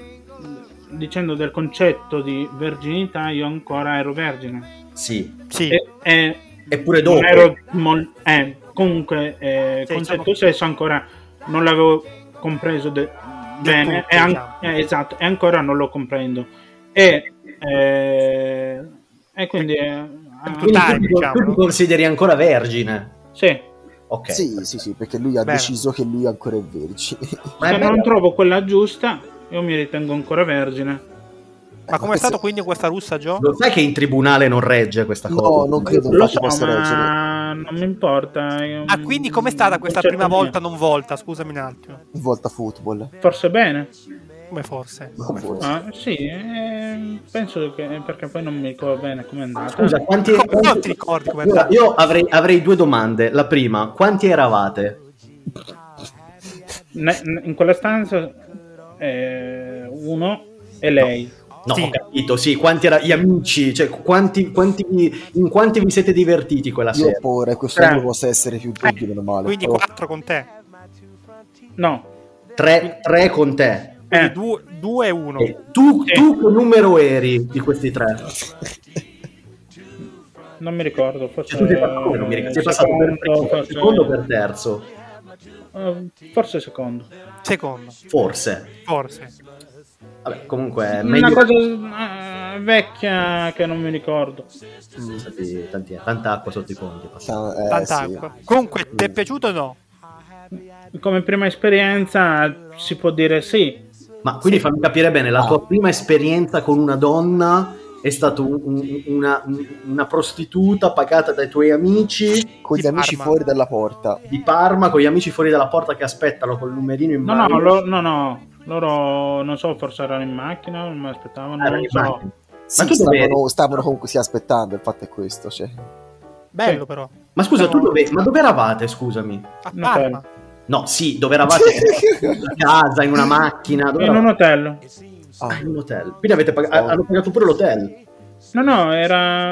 Speaker 3: dicendo del concetto di verginità io ancora ero vergine
Speaker 1: Sì,
Speaker 2: Sì.
Speaker 3: e, e
Speaker 1: eppure dopo.
Speaker 3: non ero mol- eh, comunque eh,
Speaker 2: Sì,
Speaker 3: concetto
Speaker 2: diciamo-
Speaker 3: sesso ancora non l'avevo compreso de- bene
Speaker 2: tutto,
Speaker 3: e an-
Speaker 2: diciamo.
Speaker 3: eh, esatto e ancora non lo comprendo e, eh, e quindi eh,
Speaker 1: Quindi
Speaker 2: Dai,
Speaker 1: tu, ti-
Speaker 2: diciamo,
Speaker 1: tu ti
Speaker 2: no?
Speaker 1: consideri ancora vergine.
Speaker 3: sì
Speaker 1: Ok.
Speaker 4: Sì, sì, sì, perché lui ha
Speaker 2: Bene.
Speaker 4: deciso che lui ancora è vergine.
Speaker 1: Ma
Speaker 3: se
Speaker 1: è
Speaker 3: Cioè, non
Speaker 1: bello.
Speaker 3: trovo quella giusta io mi ritengo ancora vergine
Speaker 2: Ma com'è stato
Speaker 4: Se-
Speaker 2: quindi questa russa, Gio?
Speaker 1: Lo sai che in tribunale non regge questa
Speaker 4: No,
Speaker 1: cosa?
Speaker 4: non credo
Speaker 3: lo
Speaker 4: infatti
Speaker 3: so
Speaker 4: possa reggere.
Speaker 3: ma non mi importa è un-
Speaker 2: Ah, quindi com'è stata questa
Speaker 3: concetto
Speaker 2: prima
Speaker 3: mio.
Speaker 2: volta non volta? Scusami un attimo.
Speaker 4: Volta football.
Speaker 3: forse bene
Speaker 2: Come forse.
Speaker 4: Come forse.
Speaker 3: Ah, sì eh, penso che perché poi non mi ricordo bene com'è andata
Speaker 1: Scusa, quanti...
Speaker 2: Come
Speaker 1: quanti-
Speaker 2: Eh, non ti ricordi come
Speaker 1: Allora, io avrei, avrei due domande. La prima, quanti eravate?
Speaker 3: Ne- ne- in quella stanza eh, uno e lei
Speaker 1: No,
Speaker 2: Sì.
Speaker 1: ho capito, sì, quanti era, gli amici, cioè quanti, quanti, in quanti vi siete divertiti quella
Speaker 4: Io
Speaker 1: sera?
Speaker 4: ho paura che questo
Speaker 3: Eh.
Speaker 4: numero possa essere più dubbi, meno male.
Speaker 2: Cioè, Quindi
Speaker 4: Però-
Speaker 2: quattro con te.
Speaker 3: no
Speaker 1: Tre, tre con te.
Speaker 2: Quindi
Speaker 3: Eh.
Speaker 2: due, due e uno.
Speaker 1: E tu,
Speaker 3: Sì.
Speaker 1: tu che numero eri di questi tre? Cioè,
Speaker 3: non mi ricordo forse
Speaker 1: Cioè, tu
Speaker 2: Eh,
Speaker 1: sei passato, non mi ricordo, sei passato per primo,
Speaker 3: forse,
Speaker 1: secondo o per terzo?
Speaker 3: eh, forse secondo
Speaker 2: Secondo.
Speaker 1: Forse.
Speaker 2: Forse.
Speaker 4: Eh,
Speaker 1: Vabbè, comunque è
Speaker 3: una
Speaker 1: Eh, meglio
Speaker 3: cosa eh, vecchia che non mi ricordo
Speaker 1: Tanti- tanti- tanta acqua sotto i ponti. passa.
Speaker 4: Sa- eh,
Speaker 2: Tanta
Speaker 4: sì.
Speaker 2: acqua. Comunque, ti è piaciuto o no?
Speaker 3: come prima esperienza si può dire sì Ah.
Speaker 1: Ma quindi fammi capire bene, la tua prima esperienza con una donna è stata un- un- una, una prostituta pagata dai tuoi amici
Speaker 4: Con gli
Speaker 2: Chi
Speaker 4: amici
Speaker 2: parma?
Speaker 4: fuori dalla porta.
Speaker 1: di Parma, con gli amici fuori dalla porta che aspettano col numerino in
Speaker 3: no
Speaker 1: mano.
Speaker 3: no lo- no, no. loro non so forse erano in macchina mi aspettavano
Speaker 1: Ah,
Speaker 3: non
Speaker 1: in
Speaker 3: so
Speaker 1: macchina.
Speaker 4: Sì,
Speaker 1: tu dove
Speaker 4: stavano,
Speaker 1: eri?
Speaker 4: stavano comunque si aspettando, infatti è questo. Cioè.
Speaker 2: Bello
Speaker 3: Sì.
Speaker 2: però.
Speaker 1: Ma scusa, tu
Speaker 2: Siamo-
Speaker 1: dove, ma dove eravate, scusami?
Speaker 2: A
Speaker 3: No, eh,
Speaker 2: Parma.
Speaker 1: No, sì, dove eravate? a casa, in una macchina, dove
Speaker 3: in un
Speaker 1: eravate?
Speaker 3: hotel
Speaker 1: Ah, in un hotel. Quindi avete pag-
Speaker 4: Oh.
Speaker 1: hanno pagato pure l'hotel.
Speaker 3: No, no,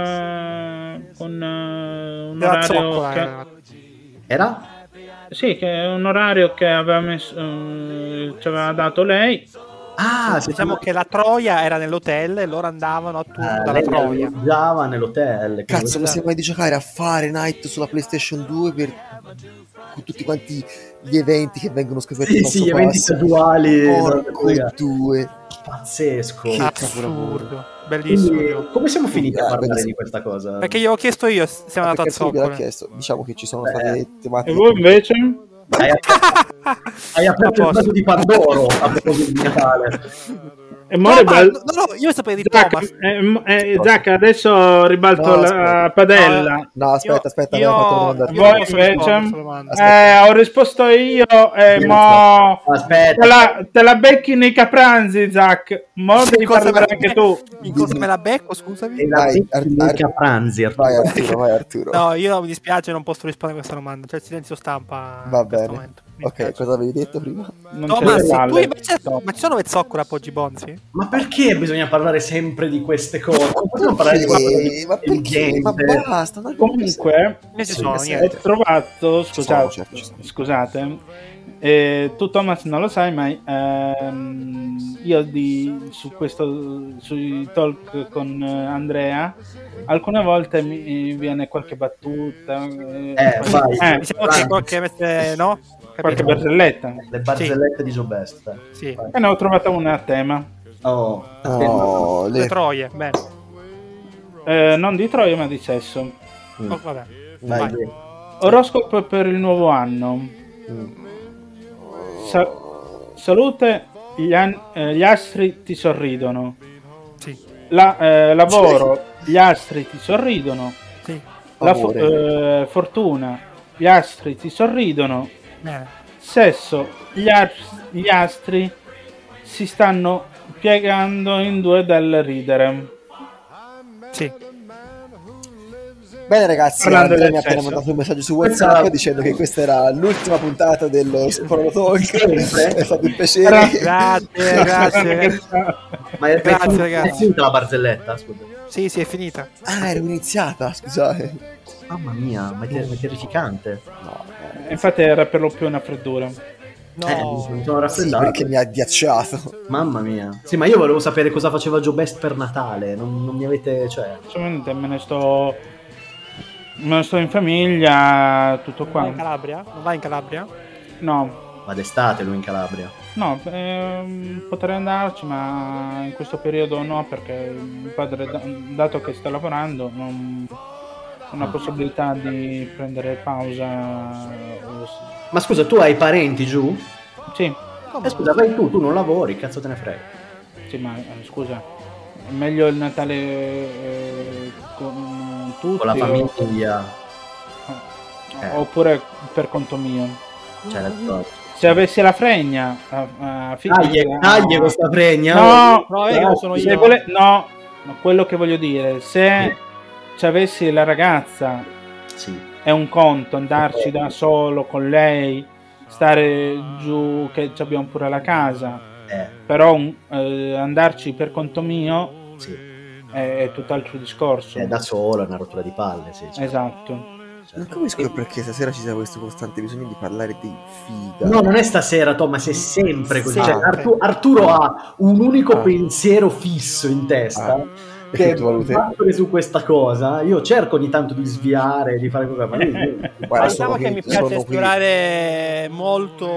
Speaker 3: era con eh, un
Speaker 2: Della
Speaker 3: orario
Speaker 2: zoccola.
Speaker 3: che...
Speaker 2: era.
Speaker 1: Era?
Speaker 3: Sì, che è un orario che aveva messo, eh, ci aveva dato lei.
Speaker 1: Ah,
Speaker 2: Diciamo che la Troia era nell'hotel e loro andavano a
Speaker 4: Ah,
Speaker 2: turno dalla Troia.
Speaker 1: Giava Eh, nell'hotel.
Speaker 4: Cazzo,
Speaker 1: quindi-
Speaker 4: mi sembra di giocare a fare Night sulla PlayStation 2 per con tutti quanti gli eventi che vengono scoperti
Speaker 1: Sì,
Speaker 4: passo
Speaker 1: sì, gli eventi
Speaker 4: passo.
Speaker 1: casuali.
Speaker 4: Porco
Speaker 1: raga,
Speaker 4: due.
Speaker 1: Pazzesco.
Speaker 4: Che
Speaker 2: Assurdo. Bellissimo.
Speaker 1: Quindi,
Speaker 2: Gio.
Speaker 1: come siamo finiti a
Speaker 4: Eh,
Speaker 1: parlare
Speaker 4: perché-
Speaker 1: di questa cosa?
Speaker 2: Perché gliel'ho chiesto io, s- siamo andati a
Speaker 4: Perché tu gliel'ha
Speaker 2: Zoccola.
Speaker 4: chiesto. Diciamo che ci sono
Speaker 1: Beh.
Speaker 4: state
Speaker 3: E
Speaker 4: tematiche.
Speaker 3: voi invece?
Speaker 1: hai, hai aperto il
Speaker 2: A posto.
Speaker 1: vaso di Pandoro a proposito di Natale.
Speaker 3: E
Speaker 2: No,
Speaker 3: mo
Speaker 2: ma-
Speaker 3: ribal-
Speaker 2: no, no, io sapevo di
Speaker 3: Zac,
Speaker 2: Thomas.
Speaker 3: eh, m- eh, Zac, adesso ribalto
Speaker 4: No,
Speaker 3: la
Speaker 4: aspetta.
Speaker 3: padella.
Speaker 4: No, aspetta, aspetta,
Speaker 2: io,
Speaker 4: abbiamo fatto una domanda.
Speaker 2: io
Speaker 3: Voi
Speaker 2: posso rispondere
Speaker 3: invece?
Speaker 2: alla domanda.
Speaker 3: Eh, ho risposto io e
Speaker 1: Sì,
Speaker 3: mo... Te
Speaker 1: Aspetta,
Speaker 3: la, te la becchi nei capranzi, Zac. Mo devi
Speaker 2: In cosa me
Speaker 3: parlare
Speaker 2: la-
Speaker 3: anche tu.
Speaker 2: In cosa me la becco, scusami?
Speaker 1: e la
Speaker 4: Dai,
Speaker 1: secca
Speaker 4: Ar-
Speaker 1: mica
Speaker 4: Ar-
Speaker 1: pranzi, Arturo.
Speaker 4: Vai Arturo, vai Arturo.
Speaker 2: No, io mi dispiace, non posso rispondere a questa domanda. C'è il silenzio stampa. in
Speaker 4: Va
Speaker 2: questo
Speaker 4: bene.
Speaker 2: momento. Mi
Speaker 4: ok,
Speaker 2: dispiace.
Speaker 4: cosa avevi detto prima?
Speaker 3: Non c'è
Speaker 2: Thomas,
Speaker 3: le
Speaker 2: tu
Speaker 3: palle.
Speaker 2: invece... Ma ci sono Vezzoccola a Poggi Bonzi?
Speaker 1: Ma perché bisogna parlare sempre di queste cose? Non possiamo parlare di qualcosa di
Speaker 4: ma perché? Ma
Speaker 1: niente.
Speaker 4: basta, dai,
Speaker 3: Comunque...
Speaker 2: Non ci
Speaker 4: Sì,
Speaker 2: sono,
Speaker 4: sì.
Speaker 2: niente.
Speaker 3: ho trovato
Speaker 4: Certo. Ci sono,
Speaker 3: scusate,
Speaker 4: certo, ci sono.
Speaker 3: scusate eh, tu Thomas non lo sai ma ehm, io di, su questo sui talk con eh, Andrea alcune volte mi viene qualche battuta eh,
Speaker 1: Eh, vai.
Speaker 3: eh,
Speaker 2: Diciamo che qualche mette... No?
Speaker 3: qualche
Speaker 2: Capito?
Speaker 3: barzelletta
Speaker 1: Le barzellette di Jobest. dai.
Speaker 2: Sì.
Speaker 3: e ne ho trovata una a tema
Speaker 1: Oh,
Speaker 4: Oh,
Speaker 2: Le
Speaker 4: le...
Speaker 2: troie, bene.
Speaker 3: Eh, non di Troia ma di sesso
Speaker 4: Mm.
Speaker 2: Oh, vabbè.
Speaker 1: vai.
Speaker 2: vai.
Speaker 3: oroscopo per il nuovo anno
Speaker 4: Mm.
Speaker 3: Sa- salute gli, an- eh, gli astri ti sorridono
Speaker 2: Sì.
Speaker 3: La- eh, lavoro, gli astri ti sorridono,
Speaker 2: Sì.
Speaker 3: la fo-
Speaker 4: Amore.
Speaker 3: eh, fortuna, gli astri ti sorridono,
Speaker 2: Bene.
Speaker 3: sesso, gli, as- gli astri si stanno piegando in due dal ridere.
Speaker 2: Sì.
Speaker 4: Bene ragazzi,
Speaker 3: Parlando
Speaker 4: Andrea
Speaker 3: del
Speaker 4: mi ha appena
Speaker 3: sesso.
Speaker 4: mandato un messaggio su
Speaker 7: Questa-
Speaker 4: WhatsApp dicendo che questa era l'ultima puntata dello Sprolo Talk. È stato un piacere.
Speaker 2: Grazie, Eh, grazie.
Speaker 1: Ma è, è
Speaker 2: Grazie,
Speaker 1: finita-
Speaker 2: ragazzi.
Speaker 1: è finita la barzelletta, scusa.
Speaker 2: Sì, sì, è finita.
Speaker 4: Ah, ero iniziata, scusate.
Speaker 1: Mamma mia, ma è, ter- ma è terrificante.
Speaker 4: No, eh,
Speaker 3: Infatti era per lo più una freddura.
Speaker 1: Eh, mi
Speaker 2: No.
Speaker 1: sono
Speaker 4: sì,
Speaker 1: raffreddato.
Speaker 4: perché mi ha ghiacciato.
Speaker 1: Mamma mia. Sì, ma io volevo sapere cosa faceva Joe Best per Natale. Non, non mi avete. Cioè.
Speaker 3: Solamente me ne sto... Me ne sto in famiglia, tutto
Speaker 2: Vai in
Speaker 3: qua.
Speaker 2: Calabria? Non vai in Calabria?
Speaker 3: No,
Speaker 1: Ma d'estate lui in Calabria.
Speaker 3: no, ehm, potrei andarci, ma in questo periodo no, perché il padre, da- dato che sta lavorando, non, non
Speaker 1: Ah.
Speaker 3: ha possibilità di prendere pausa. o s-
Speaker 1: Ma scusa, tu hai parenti giù?
Speaker 3: Sì,
Speaker 1: Eh, scusa, vai tu, tu non lavori, cazzo te ne frega.
Speaker 3: sì, ma eh, scusa, è meglio il Natale eh, con tutti
Speaker 1: Con la
Speaker 3: o-
Speaker 1: famiglia. Eh.
Speaker 3: oppure per conto mio.
Speaker 1: Cioè, la
Speaker 3: Se avessi la fregna, a, a figlia-
Speaker 1: Taglie, taglie questa pregna.
Speaker 3: No,
Speaker 2: No, eh, non sono
Speaker 3: se
Speaker 2: io.
Speaker 3: vole- no, ma quello che voglio dire, se ci avessi la ragazza
Speaker 1: Sì.
Speaker 3: è un conto andarci da solo con lei, stare giù che ci abbiamo pure la casa,
Speaker 1: Eh,
Speaker 3: però un- eh, andarci per conto mio
Speaker 1: sì.
Speaker 3: è, è tutt'altro discorso.
Speaker 1: È Eh, da solo, è una rottura di palle, sì. cioè,
Speaker 3: Esatto.
Speaker 1: cioè.
Speaker 4: Non capisco perché stasera ci sia questo costante bisogno di parlare di figa.
Speaker 1: No, non è stasera, Thomas, è sempre così. Cioè,
Speaker 2: Sempre.
Speaker 1: Artu- Arturo ha un unico
Speaker 4: Ah.
Speaker 1: pensiero fisso in testa.
Speaker 4: Ah.
Speaker 1: Che
Speaker 4: Perché
Speaker 1: è
Speaker 4: tu valute...
Speaker 1: sempre su questa cosa. Io cerco ogni tanto di sviare, di fare qualcosa, ma lui-
Speaker 4: Guarda,
Speaker 8: diciamo
Speaker 4: sono
Speaker 8: che
Speaker 4: qui,
Speaker 8: mi piace
Speaker 4: sono
Speaker 2: piace
Speaker 4: qui.
Speaker 2: esplorare molto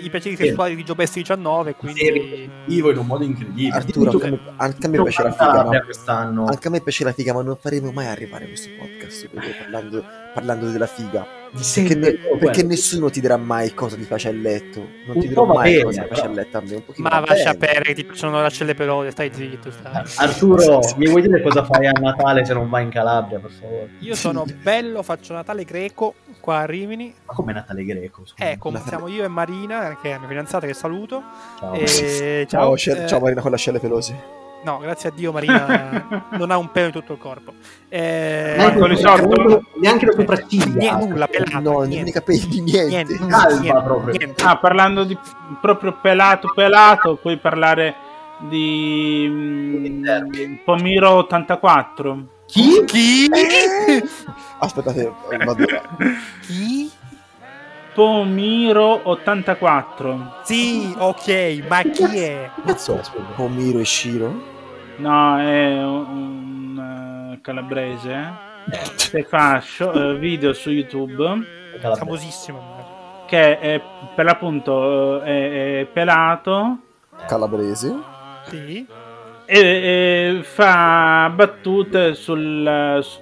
Speaker 2: i piaceri
Speaker 1: Sì.
Speaker 2: sessuali di Joe Best 19, quindi
Speaker 1: vivo in un modo incredibile.
Speaker 4: Arturo,
Speaker 1: Dimmi tu
Speaker 4: anche a
Speaker 1: che-
Speaker 4: me, anche a me
Speaker 1: non
Speaker 4: piace la
Speaker 1: parla
Speaker 4: figa, ma...
Speaker 1: per quest'anno.
Speaker 4: Anche a me piace la figa, ma non faremo mai arrivare a questo podcast proprio parlando, parlando della figa.
Speaker 1: Di
Speaker 4: Perché,
Speaker 1: sempre
Speaker 4: ne-
Speaker 1: quello.
Speaker 4: perché nessuno ti dirà mai cosa ti piace a letto. Non
Speaker 1: Un
Speaker 4: ti dirò
Speaker 1: po' va
Speaker 4: mai
Speaker 1: bene,
Speaker 4: cosa ti piace a
Speaker 1: però.
Speaker 4: letto a me. Un pochino
Speaker 2: ma
Speaker 4: va
Speaker 2: va a
Speaker 4: bene. Ah.
Speaker 2: sapere che ti piacciono le ascelle pelose, stai zitto, stai.
Speaker 1: Arturo, mi vuoi dire cosa fai a Natale se non vai in Calabria, per favore?
Speaker 2: Io sono bello, faccio Natale greco qua a Rimini.
Speaker 1: Ma come Natale greco? scusa?
Speaker 3: Eh,
Speaker 2: Ecco,
Speaker 4: Mm, Natale-
Speaker 2: siamo io e Marina, che è la mia fidanzata che saluto.
Speaker 1: Ciao.
Speaker 2: E-
Speaker 4: Ciao,
Speaker 2: ciao,
Speaker 4: Cer-
Speaker 2: eh,
Speaker 4: ciao Marina con le ascelle pelose.
Speaker 2: No, grazie a Dio Marina
Speaker 3: Ah,
Speaker 2: non ha un pelo in tutto il corpo. Eh,
Speaker 3: Manco
Speaker 1: neanche,
Speaker 3: le sorte.
Speaker 1: neanche- neanche le sopracciglia.
Speaker 2: Niente, nulla, pelata,
Speaker 4: no, non i
Speaker 2: niente,
Speaker 4: capelli, niente.
Speaker 2: niente,
Speaker 4: niente.
Speaker 1: Calma
Speaker 2: niente,
Speaker 1: proprio.
Speaker 2: niente.
Speaker 3: Ah, parlando di proprio pelato pelato, puoi parlare di mm, Pomiro 84.
Speaker 1: Chi?
Speaker 2: Chi?
Speaker 4: Aspettate, eh, vado.
Speaker 2: Chi?
Speaker 3: Pomiro 84.
Speaker 2: Sì, ok, ma chi è?
Speaker 1: Che cazzo è, scusa?
Speaker 4: Pomiro e Shiro.
Speaker 3: No, è un, eh, calabrese eh, che fa sho- eh, video su YouTube
Speaker 1: Calabria.
Speaker 2: Famosissimo.
Speaker 3: che è, per l'appunto eh, è, è pelato
Speaker 4: Calabrese.
Speaker 2: Sì.
Speaker 3: e, e fa battute sul, su-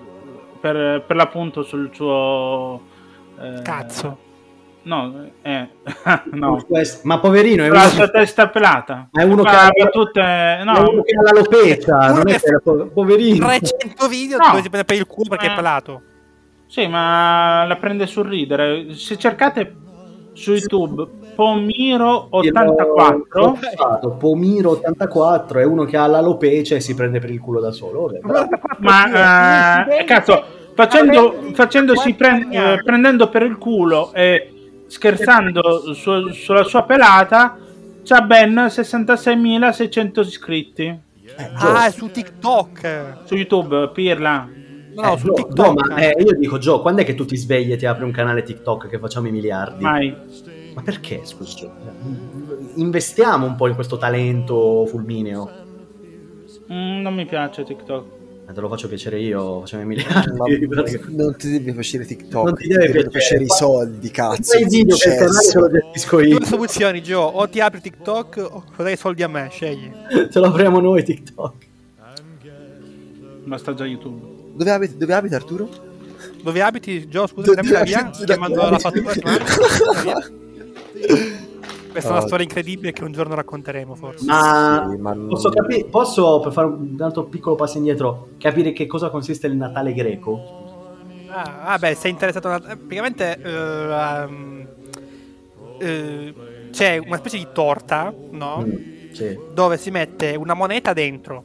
Speaker 3: per, per l'appunto sul suo eh,
Speaker 2: Cazzo.
Speaker 3: No, eh, no.
Speaker 1: Questo- Ma poverino, è
Speaker 3: Però la
Speaker 1: uno,
Speaker 3: sua testa pelata.
Speaker 1: Ma è uno
Speaker 3: Fa
Speaker 1: che ha-
Speaker 3: battute-
Speaker 1: è
Speaker 3: no,
Speaker 1: uno che ha l'alopecia,
Speaker 2: Uno
Speaker 1: non è
Speaker 2: che-
Speaker 1: che era po- poverino.
Speaker 2: 300 video
Speaker 3: No.
Speaker 2: dove si prende per il culo perché è
Speaker 3: Eh.
Speaker 2: pelato.
Speaker 3: sì, ma la prende sul ridere. Se cercate su YouTube Pomiro 84,
Speaker 1: L'ho fatto, Pomiro 84 è uno che ha l'alopecia e si prende per il culo da solo. Vabbè, bravo.
Speaker 3: ma eh, cazzo, facendo, facendosi pre- eh, prendendo per il culo e scherzando su- sulla sua pelata, c'ha ben 66.600 iscritti
Speaker 1: Eh,
Speaker 2: Ah, è su TikTok.
Speaker 3: su YouTube, Pirla.
Speaker 2: No, no,
Speaker 1: Eh,
Speaker 2: su
Speaker 1: Gio,
Speaker 2: TikTok.
Speaker 1: Gio, ma, eh, io dico, Gio, quando è che tu ti svegli e ti apri un canale TikTok che facciamo i miliardi?
Speaker 3: Vai.
Speaker 1: Ma perché, scusa? Gio? Investiamo un po' in questo talento fulmineo.
Speaker 3: Mm, non mi piace TikTok.
Speaker 1: Eh, Te lo faccio piacere io, facciamo i miliardi.
Speaker 4: Ma
Speaker 1: Perché-
Speaker 4: non ti devi piacere TikTok.
Speaker 1: Non ti deve
Speaker 4: devono
Speaker 1: piacere.
Speaker 4: piacere i soldi, cazzo.
Speaker 1: Fai i video per
Speaker 4: successo.
Speaker 1: tornare te lo gestisco io.
Speaker 2: Due soluzioni, Gio. O ti apri TikTok o dai soldi a me, scegli.
Speaker 1: Te lo apriamo noi TikTok.
Speaker 3: Basta già YouTube.
Speaker 4: Dove abita, dove abita Arturo?
Speaker 2: Dove abiti, Gio? Scusa, dammi la via. Ti mando la fattura. ti mando- Questa è
Speaker 4: Ah.
Speaker 2: una storia incredibile che un giorno racconteremo, forse.
Speaker 1: Ma
Speaker 4: Sì, ma non-
Speaker 1: posso, capi- posso, per fare un altro piccolo passo indietro, capire che cosa consiste il Natale greco?
Speaker 2: Ah, ah, beh, sei interessato. a- eh, Praticamente eh, ehm, eh, c'è una specie di torta, no?
Speaker 1: Mm, sì.
Speaker 2: Dove si mette una moneta dentro.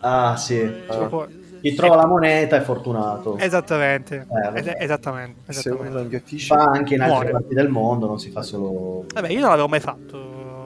Speaker 1: Ah, sì.
Speaker 2: Cioè,
Speaker 1: Ah.
Speaker 2: proprio-
Speaker 1: Chi trova la moneta è fortunato.
Speaker 2: Esattamente.
Speaker 1: Ecco. Eh, vabbè.
Speaker 2: Es- esattamente.
Speaker 4: Se uno lo
Speaker 2: esattamente.
Speaker 4: inghiottisce,
Speaker 1: Fa anche in altre
Speaker 2: Muore.
Speaker 1: parti del mondo, non si fa solo...
Speaker 2: Vabbè, io non l'avevo mai fatto.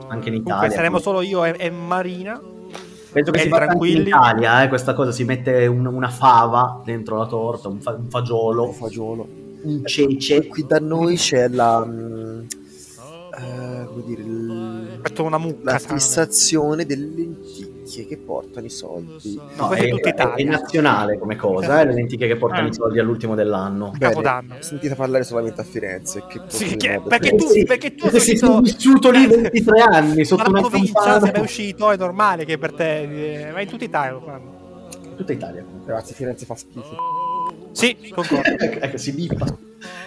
Speaker 1: Anche in
Speaker 2: Comunque
Speaker 1: Italia,
Speaker 2: saremo
Speaker 1: quindi.
Speaker 2: solo io e, e Marina.
Speaker 1: Penso che si
Speaker 2: belli
Speaker 1: fa anche in
Speaker 2: tranquilli.
Speaker 1: Italia, eh, questa cosa, si mette un- una fava dentro la torta, un, fa- un
Speaker 4: lo
Speaker 1: fagiolo,
Speaker 4: fagiolo.
Speaker 1: un cece.
Speaker 4: Qui da noi c'è la. mm, eh, come dire, il-
Speaker 2: Metto una mucca.
Speaker 4: la
Speaker 2: sana.
Speaker 4: fissazione delle lenticchie che portano i soldi.
Speaker 2: No, questa è tutta Italia.
Speaker 1: nazionale come cosa, eh, le lentiche che portano i soldi all'ultimo dell'anno.
Speaker 2: A Capodanno.
Speaker 4: Ho sentito parlare solamente a Firenze. Che
Speaker 2: Sì,
Speaker 4: proprio
Speaker 2: che-
Speaker 4: di moda
Speaker 2: perché
Speaker 4: c'è.
Speaker 2: tu-
Speaker 1: Eh Sì,
Speaker 2: perché tu
Speaker 1: perché sei
Speaker 2: sei stato-
Speaker 1: vissuto lì 23 anni sotto
Speaker 2: Dalla
Speaker 1: una
Speaker 2: provincia,
Speaker 1: campana.
Speaker 2: sei mai uscito, è normale che per te... eh, Ma in tutta Italia lo fanno.
Speaker 1: Tutta Italia comunque.
Speaker 4: Ragazzi, Firenze fa schifo.
Speaker 2: Sì, concordo.
Speaker 1: ecco, si bippa.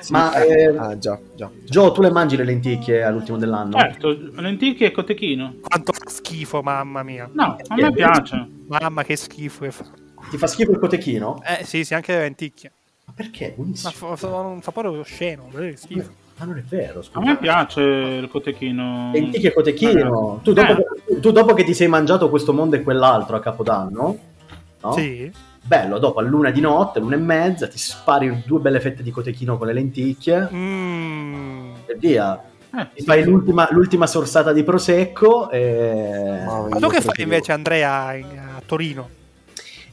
Speaker 4: Sì,
Speaker 1: Ma,
Speaker 4: eh,
Speaker 1: eh,
Speaker 4: ah, già, già.
Speaker 1: Gio, tu le mangi le lenticchie all'ultimo dell'anno?
Speaker 3: Certo, lenticchie e cotechino.
Speaker 2: Quanto fa schifo, mamma mia.
Speaker 3: No, a me piace.
Speaker 2: Mamma che schifo che fa.
Speaker 1: Ti fa schifo il cotechino?
Speaker 2: Eh sì, sì, anche le lenticchie.
Speaker 1: Ma perché?
Speaker 2: Ma
Speaker 1: Buonissimo.
Speaker 2: fa, fa, un sapore osceno, eh, schifo.
Speaker 1: Ma non è vero,
Speaker 3: A me
Speaker 1: scusa.
Speaker 3: piace Eh. il cotechino.
Speaker 1: Lenticchie e cotechino. Tu dopo, che, tu dopo che ti sei mangiato questo mondo e quell'altro a Capodanno, no?
Speaker 2: Sì.
Speaker 1: Bello, dopo a luna di notte, l'una e mezza, ti spari due belle fette di cotechino con le lenticchie
Speaker 2: Mm.
Speaker 1: e via.
Speaker 3: Eh,
Speaker 1: Ti fai l'ultima, l'ultima sorsata di prosecco e...
Speaker 2: Ma tu
Speaker 4: Ma io
Speaker 2: che
Speaker 4: proprio-
Speaker 2: fai invece Andrea in- a Torino?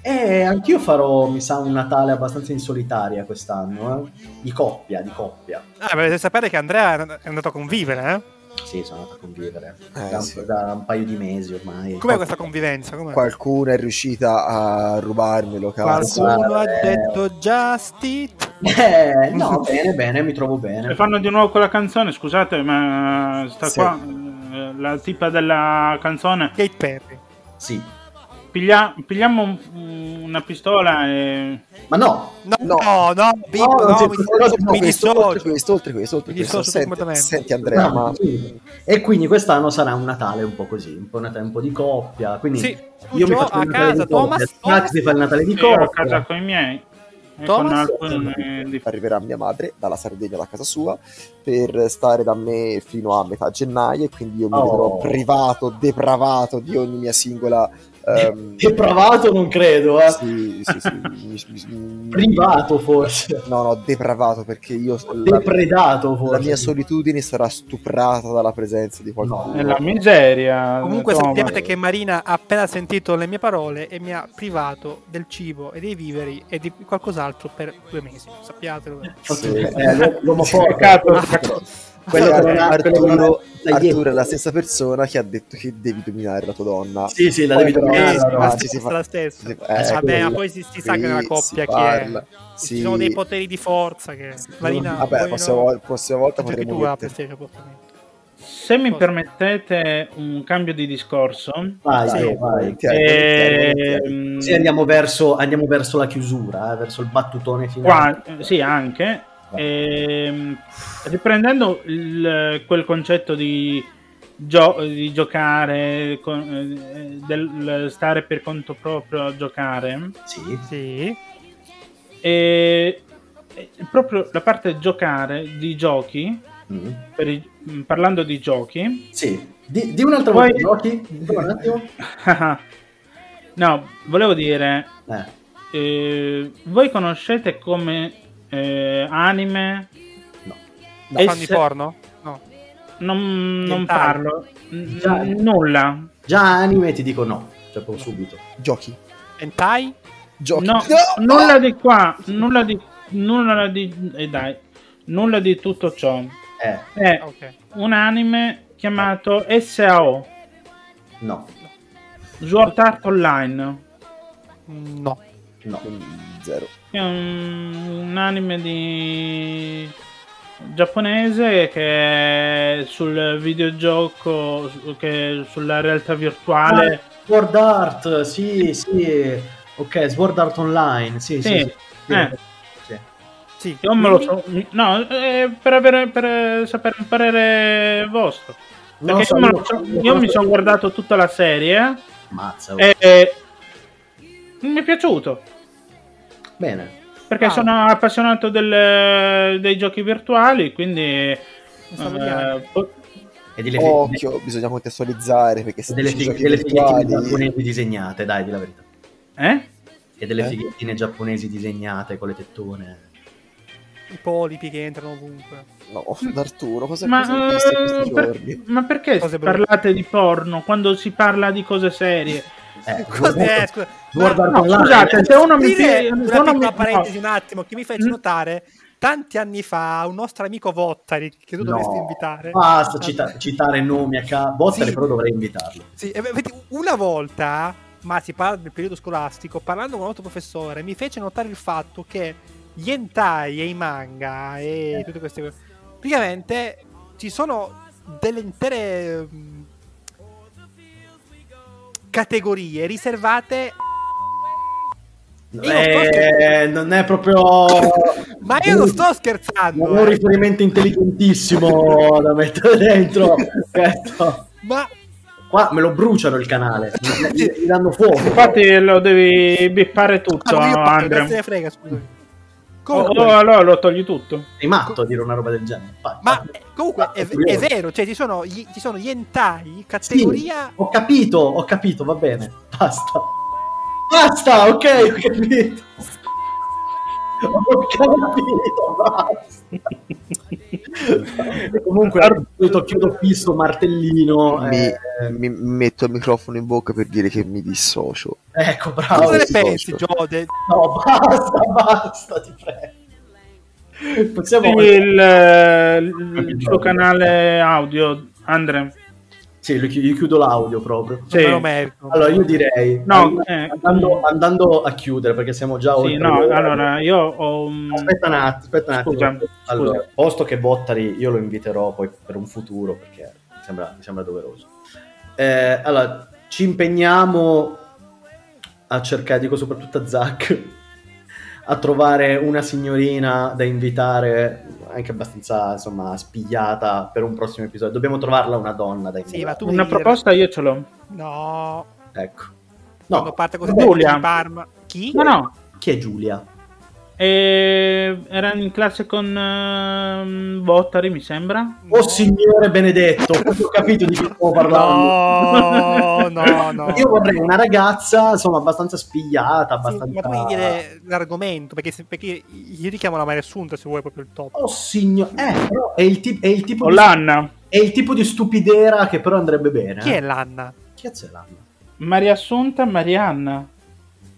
Speaker 1: Eh, anch'io farò, mi sa, un Natale abbastanza in solitaria quest'anno, eh. Di coppia, di coppia.
Speaker 2: Ah, beh, devi sapere che Andrea è andato a convivere, eh?
Speaker 1: Sì, sono andato a convivere
Speaker 4: Eh,
Speaker 1: da,
Speaker 4: sì.
Speaker 1: da un paio di mesi ormai. Eh,
Speaker 2: Com'è questa convivenza? Com'è?
Speaker 4: Qualcuno è riuscita a rubarmelo, cazzo.
Speaker 2: Qualcuno ha
Speaker 1: guarda, eh.
Speaker 2: detto just it.
Speaker 1: Eh, no, bene, bene, mi trovo bene.
Speaker 3: E fanno di nuovo quella canzone, scusate, ma sta
Speaker 4: Sì.
Speaker 3: qua. eh, La tipa della canzone.
Speaker 2: Kate Perry.
Speaker 1: Sì.
Speaker 3: Piglia- pigliamo un- una pistola e.
Speaker 1: Ma no,
Speaker 2: No,
Speaker 4: No.
Speaker 2: no, no, Bippo,
Speaker 1: non
Speaker 2: no,
Speaker 1: si-
Speaker 2: mi,
Speaker 1: cosa- no,
Speaker 2: mi
Speaker 4: questo, oltre
Speaker 2: dissocio.
Speaker 4: questo, oltre questo, oltre
Speaker 2: Mi
Speaker 4: questo.
Speaker 2: dissocio
Speaker 4: Senti,
Speaker 2: completamente.
Speaker 4: senti Andrea,
Speaker 1: No,
Speaker 4: ma
Speaker 1: sì. E quindi quest'anno sarà un Natale un po' così, un po' un Natale un po' di coppia. Quindi
Speaker 2: Sì, tu
Speaker 1: io mi
Speaker 2: Gio,
Speaker 1: faccio
Speaker 2: a
Speaker 1: il Natale
Speaker 2: casa,
Speaker 1: di coppia,
Speaker 2: Thomas,
Speaker 1: Max si fa il Natale di
Speaker 3: Io ero a casa
Speaker 1: coppia.
Speaker 3: con i miei. E con
Speaker 2: Thomas?
Speaker 3: alcuni di-
Speaker 4: arriverà mia madre dalla Sardegna alla casa sua per stare da me fino a metà gennaio e quindi io mi
Speaker 1: Oh.
Speaker 4: vedrò privato, depravato di ogni mia singola... ehm,
Speaker 1: Depravato non credo, eh.
Speaker 4: sì, sì, sì, mi- mi- mi-
Speaker 1: Privato forse.
Speaker 4: No, no, depravato perché io... la-
Speaker 1: Depredato cioè.
Speaker 4: La
Speaker 1: forse.
Speaker 4: mia solitudine sarà stuprata dalla presenza di qualcuno.
Speaker 3: Nella miseria.
Speaker 2: Comunque
Speaker 3: Thomas.
Speaker 2: sappiate che Marina ha appena sentito le mie parole e mi ha privato del cibo e dei viveri e di qualcos'altro per due mesi. Sappiatelo.
Speaker 1: Sì.
Speaker 4: Sì.
Speaker 1: Eh, l'u- l'uomo forte.
Speaker 3: Peccato.
Speaker 1: Quello
Speaker 4: Allora,
Speaker 1: che non ha- quello che non ha-
Speaker 4: Arturo,
Speaker 1: dai,
Speaker 4: Arturo è
Speaker 1: dietro.
Speaker 4: la stessa persona che ha detto che devi dominare la tua donna.
Speaker 1: Sì, sì, la
Speaker 4: Poi
Speaker 1: devi
Speaker 4: però-
Speaker 1: trovare.
Speaker 2: Eh, sì,
Speaker 4: no,
Speaker 2: ma
Speaker 4: no, ci si fa-
Speaker 2: la stessa.
Speaker 4: si fa-
Speaker 2: Vabbè,
Speaker 4: eh,
Speaker 2: ma
Speaker 4: quella-
Speaker 2: poi si, si sa che
Speaker 4: Qui
Speaker 2: è una
Speaker 4: si
Speaker 2: coppia che
Speaker 4: parla.
Speaker 2: è.
Speaker 4: Sì.
Speaker 2: Ci sono dei poteri di forza che Marina
Speaker 4: Vabbè, la
Speaker 2: poi
Speaker 4: prossima,
Speaker 2: no.
Speaker 4: vol- prossima volta
Speaker 2: Giochi
Speaker 4: potremo
Speaker 2: Cioè, tu a
Speaker 4: mettere-
Speaker 2: PlayStation, portami.
Speaker 3: Se mi
Speaker 2: Cosa?
Speaker 3: permettete un cambio di discorso.
Speaker 1: Vai,
Speaker 4: Dai,
Speaker 1: Gio, vai.
Speaker 4: volentieri, volentieri,
Speaker 1: Eh,
Speaker 4: volentieri.
Speaker 3: ehm,
Speaker 1: Sì, andiamo verso, andiamo verso la chiusura, eh, verso il battutone finale.
Speaker 3: Qua- eh, sì, anche. Ehm, riprendendo il- quel concetto di, gio- di giocare, con- eh, del stare per conto proprio a giocare,
Speaker 1: Sì.
Speaker 2: Sì.
Speaker 3: e, e proprio la parte giocare di giochi,
Speaker 1: Mm.
Speaker 3: per i- mm, parlando di giochi,
Speaker 1: Sì. Di, di un'altra
Speaker 3: Poi-
Speaker 1: volta, Rocky. Ancora Un attimo.
Speaker 3: no, volevo dire,
Speaker 1: Eh.
Speaker 3: eh, voi conoscete come eh, anime...
Speaker 1: No.
Speaker 2: Da fan di
Speaker 3: esse-
Speaker 2: porno? No.
Speaker 3: Non, non
Speaker 2: Nient'altro.
Speaker 3: parlo N-
Speaker 1: Già.
Speaker 3: nulla.
Speaker 1: Già anime ti dico no, cioè proprio subito.
Speaker 4: Giochi.
Speaker 2: Hentai?
Speaker 4: Giochi.
Speaker 3: No,
Speaker 4: No!
Speaker 3: nulla di qua, nulla di nulla di e dai, nulla di tutto ciò.
Speaker 1: Eh,
Speaker 3: È
Speaker 2: Ah, Ok.
Speaker 3: un anime chiamato SAO
Speaker 1: no,
Speaker 3: Sword Art Online.
Speaker 2: Mm, No.
Speaker 1: no.
Speaker 4: Zero.
Speaker 3: È un, un anime di giapponese che è sul videogioco su- che è sulla realtà virtuale.
Speaker 1: Ah, Sword Art, sì, sì. Ok, Sword Art Online, sì, sì.
Speaker 3: Sì,
Speaker 1: sì, sì.
Speaker 3: eh.
Speaker 1: Sì.
Speaker 2: Sì.
Speaker 3: Io me lo so, no, è per, avere, per sapere il parere vostro.
Speaker 1: Non
Speaker 3: Perché
Speaker 1: lo so,
Speaker 3: io, me lo so- io mi sono guardato Eh. tutta la serie
Speaker 1: Mazza, oh.
Speaker 3: e e mi è piaciuto
Speaker 1: Bene.
Speaker 3: perché
Speaker 2: Ah.
Speaker 3: sono appassionato del- dei giochi virtuali, quindi
Speaker 2: stavo
Speaker 3: eh,
Speaker 2: chiamando.
Speaker 3: po-
Speaker 1: E delle, fi-
Speaker 3: Oh.
Speaker 4: Occhio, bisogna contestualizzare perché se
Speaker 1: delle,
Speaker 4: dici
Speaker 1: fi-
Speaker 4: giochi
Speaker 1: delle fighettine
Speaker 4: virtuali...
Speaker 1: giapponesi disegnate, dai, di la verità.
Speaker 3: Eh?
Speaker 1: e delle
Speaker 4: Eh?
Speaker 1: fighettine giapponesi disegnate con le tettone.
Speaker 2: I polipi che entrano ovunque.
Speaker 4: No, d'Arturo, cosa
Speaker 3: Ma,
Speaker 4: cosa hai visto in questi
Speaker 3: eh, per-
Speaker 4: giorni?
Speaker 3: ma perché
Speaker 2: Cose brutte.
Speaker 3: parlate di porno quando si parla di cose serie?
Speaker 1: Eh,
Speaker 2: Cos'è? Scusa.
Speaker 1: guardare
Speaker 3: No,
Speaker 1: online.
Speaker 3: scusate, se uno mi
Speaker 2: Dire
Speaker 3: se
Speaker 2: una
Speaker 3: uno mi-
Speaker 2: piccola
Speaker 3: no.
Speaker 2: parentesi un attimo che mi fece
Speaker 3: Mm.
Speaker 2: notare tanti anni fa un nostro amico Vottari che tu dovresti invitare
Speaker 3: Ah,
Speaker 1: Basta cita- citare nomi a caso. Bottari,
Speaker 2: Sì.
Speaker 1: però dovrei invitarlo.
Speaker 2: Sì, eh, vedi, una volta ma si parla del periodo scolastico parlando con un altro professore mi fece notare il fatto che gli hentai e i manga e tutte queste cose praticamente ci sono delle intere mm, categorie riservate Io non so
Speaker 1: Eh, non è proprio.
Speaker 2: ma io non sto scherzando
Speaker 1: Non è un
Speaker 2: eh.
Speaker 1: riferimento intelligentissimo da mettere dentro. questo.
Speaker 2: ma ah,
Speaker 1: Qua me lo bruciano il canale, mi- mi mi danno fuoco.
Speaker 3: Infatti lo devi bippare tutto,
Speaker 2: Ah, io parlo,
Speaker 3: Andrea.
Speaker 2: cazzo ne frega, scusami.
Speaker 4: Oh,
Speaker 3: O
Speaker 2: Comunque,
Speaker 3: o allora lo togli tutto.
Speaker 1: Sei matto a dire una roba del genere. Vai,
Speaker 2: ma
Speaker 1: vai.
Speaker 2: eh, comunque è, è vero, cioè ci sono, gli, ci sono gli hentai, categoria
Speaker 1: Ho capito, ho capito, va bene. Basta. Basta, ok, ho capito. Ho capito, basta. Comunque, al solito chiudo fisso, martellino.
Speaker 4: Mi,
Speaker 1: eh,
Speaker 4: mi metto il microfono in bocca per dire che mi dissocio.
Speaker 1: ecco, bravo.
Speaker 2: Cosa ne
Speaker 4: Ah, sì,
Speaker 2: pensi,
Speaker 4: posso.
Speaker 2: Giode?
Speaker 1: No, basta, basta, ti prego. Possiamo...
Speaker 3: Il, eh, il- il suo canale audio, Andrea.
Speaker 1: Sì, lo chi- io chiudo l'audio proprio.
Speaker 3: Sì.
Speaker 2: Non me lo merito.
Speaker 1: Allora, io direi...
Speaker 3: No, eh,
Speaker 1: Andando, andando a chiudere, perché siamo già
Speaker 3: sì,
Speaker 1: oltre
Speaker 3: no,
Speaker 1: l'ora.
Speaker 3: allora io ho un...
Speaker 1: Aspetta un attimo, aspetta un attimo.
Speaker 3: Scusa, scusa.
Speaker 1: Allora, posto che Bottari io lo inviterò poi per un futuro perché mi sembra, mi sembra doveroso. Eh, allora, ci impegniamo a cercare, dico soprattutto a Zach, a trovare una signorina da invitare, anche abbastanza insomma spigliata per un prossimo episodio. Dobbiamo trovarla una donna da invitare.
Speaker 2: Sì, ma tu
Speaker 3: una
Speaker 2: devi dire-
Speaker 3: proposta io ce l'ho.
Speaker 2: No,
Speaker 1: Ecco.
Speaker 2: quando
Speaker 1: No,
Speaker 2: parte così
Speaker 3: Giulia.
Speaker 2: di Parma. Chi?
Speaker 3: No, no,
Speaker 1: chi è Giulia?
Speaker 3: eh, era in classe con ehm, Bottari, mi sembra.
Speaker 2: No.
Speaker 1: Oh signore benedetto, ho capito di chi sto parlando.
Speaker 2: No, no, no.
Speaker 1: Io vorrei una ragazza, insomma, abbastanza spigliata,
Speaker 2: Sì,
Speaker 1: abbastanza...
Speaker 2: ma tu devi dire l'argomento, perché, se- perché io richiamo la Maria Assunta se vuoi proprio il top.
Speaker 1: Oh signor... Eh, però è il, ti- è il tipo
Speaker 3: O
Speaker 1: di...
Speaker 3: l'Anna,
Speaker 1: è il tipo di stupidera che però andrebbe bene.
Speaker 2: Chi è
Speaker 1: eh.
Speaker 2: l'Anna?
Speaker 1: Chi cazzo è l'anno?
Speaker 3: Maria Assunta, Marianna.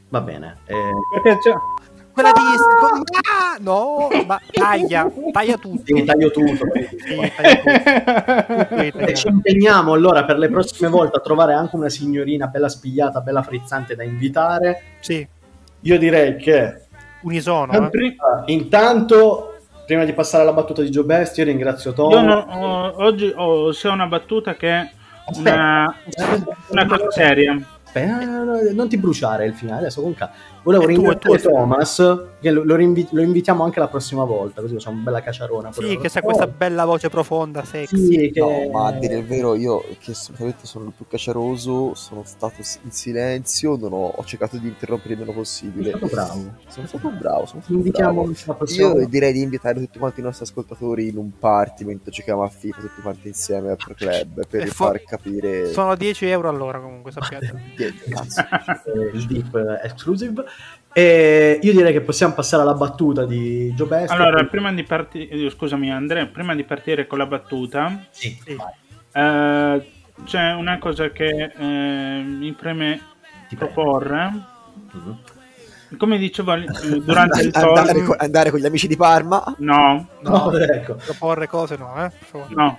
Speaker 1: Va bene. eh,
Speaker 3: Perché c'è-
Speaker 2: Quella di... con- Ah, no, ma taglia, taglia tutto.
Speaker 1: sì, taglio tutto.
Speaker 2: Sì, taglia tutto.
Speaker 1: Eh, ci impegniamo allora per le prossime volte a trovare anche una signorina bella spigliata, bella frizzante da invitare.
Speaker 2: Sì,
Speaker 1: Io direi che
Speaker 2: unisono. eh.
Speaker 3: Pri-
Speaker 1: ah, intanto, prima di passare alla battuta di Joe Best, io ringrazio Tom.
Speaker 3: Io no- ho- oggi ho sia una battuta che una, una cosa seria.
Speaker 1: Aspetta, no, no, no, non ti bruciare il finale, adesso con calma. Volevo
Speaker 2: È tuo,
Speaker 1: ringraziare
Speaker 2: è tuo.
Speaker 1: Thomas, che lo, lo rinvi- lo invitiamo anche la prossima volta, così facciamo una bella cacciarona.
Speaker 2: Sì, che c'ha questa bella voce profonda, sexy.
Speaker 1: Sì, che...
Speaker 4: No, ma a dire il vero, io che solitamente sono il più caciaroso, sono stato s- in silenzio, non ho, ho cercato di interrompere il meno
Speaker 1: Sei
Speaker 4: possibile.
Speaker 1: stato bravo. diciamo
Speaker 4: Sono stato bravo, sono
Speaker 1: Ti
Speaker 4: stato
Speaker 1: invitiamo
Speaker 4: bravo.
Speaker 1: la prossima
Speaker 4: Io
Speaker 1: volta.
Speaker 4: direi di invitare tutti quanti i nostri ascoltatori in un party mentre giochiamo a FIFA tutti quanti insieme al Pro
Speaker 3: Eh,
Speaker 4: Club per
Speaker 2: E Eh, fo-
Speaker 4: far capire
Speaker 2: Sono 10 euro all'ora comunque, sappiate.
Speaker 4: che cazzo.
Speaker 1: Eh, il deep eh, exclusive. E io direi che possiamo passare alla battuta di Joe Best.
Speaker 3: Allora, prima di partire, scusami Andrea, prima di partire con la battuta,
Speaker 1: Sì.
Speaker 2: Sì.
Speaker 3: eh, c'è una cosa che eh, mi preme
Speaker 1: Ti prego.
Speaker 3: proporre.
Speaker 1: Mhm.
Speaker 3: Come dicevo eh, durante il
Speaker 4: Andare,
Speaker 3: talk,
Speaker 4: co- andare con gli amici di Parma
Speaker 3: no,
Speaker 1: No, ecco.
Speaker 2: Proporre cose no, eh. per favore.
Speaker 3: No,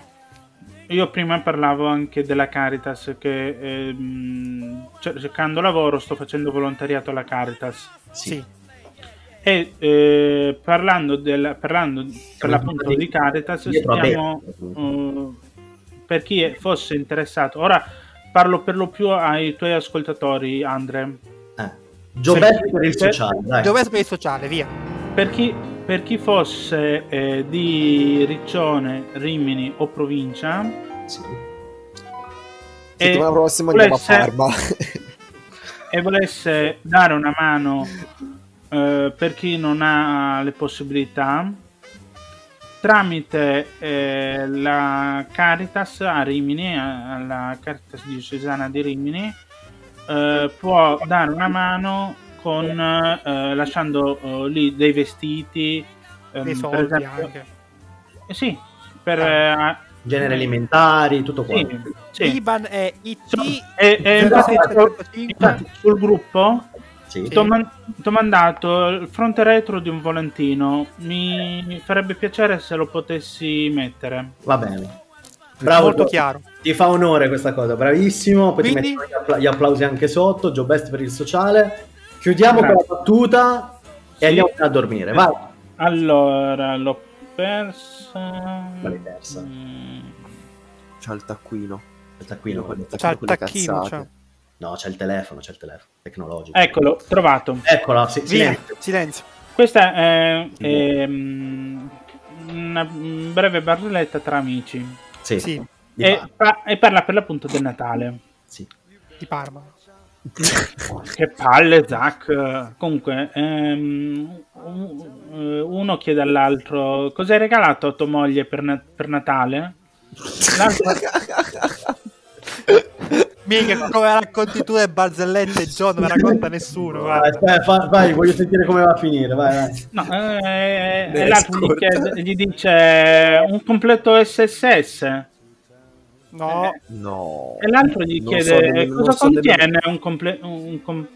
Speaker 3: io prima parlavo anche della Caritas, che ehm, cer- cercando lavoro sto facendo volontariato alla Caritas.
Speaker 1: Sì.
Speaker 2: Sì.
Speaker 3: E eh, parlando, del, parlando per
Speaker 1: Siamo
Speaker 3: l'appunto
Speaker 1: tornati
Speaker 3: di Caritas,
Speaker 1: dietro a
Speaker 3: stiamo, eh, per chi è- fosse interessato, ora parlo per lo più ai tuoi ascoltatori, Andre.
Speaker 1: Eh. Joe
Speaker 3: Sì.
Speaker 1: Best per il
Speaker 3: Sì.
Speaker 1: sociale, dai.
Speaker 2: Dove è il sociale, via.
Speaker 3: Per chi, per chi fosse eh, di Riccione, Rimini o provincia,
Speaker 1: Sì.
Speaker 4: settimana
Speaker 3: Eh,
Speaker 4: prossima andiamo a
Speaker 3: volesse-
Speaker 4: Parma
Speaker 3: e volesse dare una mano eh, per chi non ha le possibilità tramite eh, la Caritas a Rimini, a- alla Caritas diocesana di Rimini eh, può dare una mano con, eh, lasciando eh, lì dei vestiti, ehm,
Speaker 2: dei soldi
Speaker 3: per esempio-
Speaker 2: anche. Ah.
Speaker 3: Eh, sì, per eh,
Speaker 1: genere alimentari, tutto
Speaker 3: sì,
Speaker 1: quanto.
Speaker 3: sì.
Speaker 2: IBAN è
Speaker 3: Insomma,
Speaker 2: IT
Speaker 3: e- e infatti, infatti
Speaker 2: 0735
Speaker 3: sul gruppo
Speaker 1: Sì.
Speaker 3: ti ho man- ti ho mandato il fronte retro di un volantino. Mi farebbe piacere se lo potessi mettere.
Speaker 1: Va bene. Bravo,
Speaker 2: molto
Speaker 1: Gio.
Speaker 2: chiaro.
Speaker 1: ti fa onore questa cosa, bravissimo. Poi ti
Speaker 2: Quindi?
Speaker 1: metto gli, appla- gli applausi anche sotto. Joe Best per il sociale. Chiudiamo
Speaker 3: Grazie.
Speaker 1: con la battuta e
Speaker 3: Sì.
Speaker 1: andiamo a dormire. Vai.
Speaker 3: Allora, l'ho persa.
Speaker 1: L'hai persa.
Speaker 3: Mm,
Speaker 4: C'ha il taccuino.
Speaker 1: Aspetta qui, no,
Speaker 4: il
Speaker 2: C'ha il
Speaker 4: con le
Speaker 2: tacchino,
Speaker 4: cazzate.
Speaker 2: c'ha.
Speaker 1: no, c'è il telefono, c'è il telefono tecnologico.
Speaker 3: Eccolo, trovato.
Speaker 1: Eccola, si-
Speaker 2: Via,
Speaker 1: silenzio.
Speaker 2: silenzio.
Speaker 3: Questa è, è, mm, una mm, breve barzelletta tra amici.
Speaker 1: Sì.
Speaker 2: Sì,
Speaker 1: Di
Speaker 3: E,
Speaker 1: parte,
Speaker 3: pa- e parla per l'appunto del Natale.
Speaker 1: sì.
Speaker 2: di Parma.
Speaker 3: Che palle, Zach. Comunque, ehm, u- eh, uno chiede all'altro: Cosa hai regalato a tua moglie per, na- per Natale? L'altro,
Speaker 2: Mica come racconti tu le barzellette, John, non le racconta nessuno.
Speaker 1: Vai, vai,
Speaker 2: guarda.
Speaker 1: vai, Eh, vai, voglio sentire come va a finire. Vai, vai.
Speaker 3: no, eh,
Speaker 4: Ne
Speaker 3: l'altro gli,
Speaker 4: ascolta.
Speaker 3: chiede- gli dice: Un completo SSS.
Speaker 2: No,
Speaker 1: eh,
Speaker 4: No.
Speaker 3: E l'altro gli
Speaker 4: Non
Speaker 3: chiede
Speaker 4: so nemmeno- non
Speaker 3: cosa
Speaker 4: so
Speaker 3: contiene
Speaker 4: nemmeno-
Speaker 3: un, comple- un com-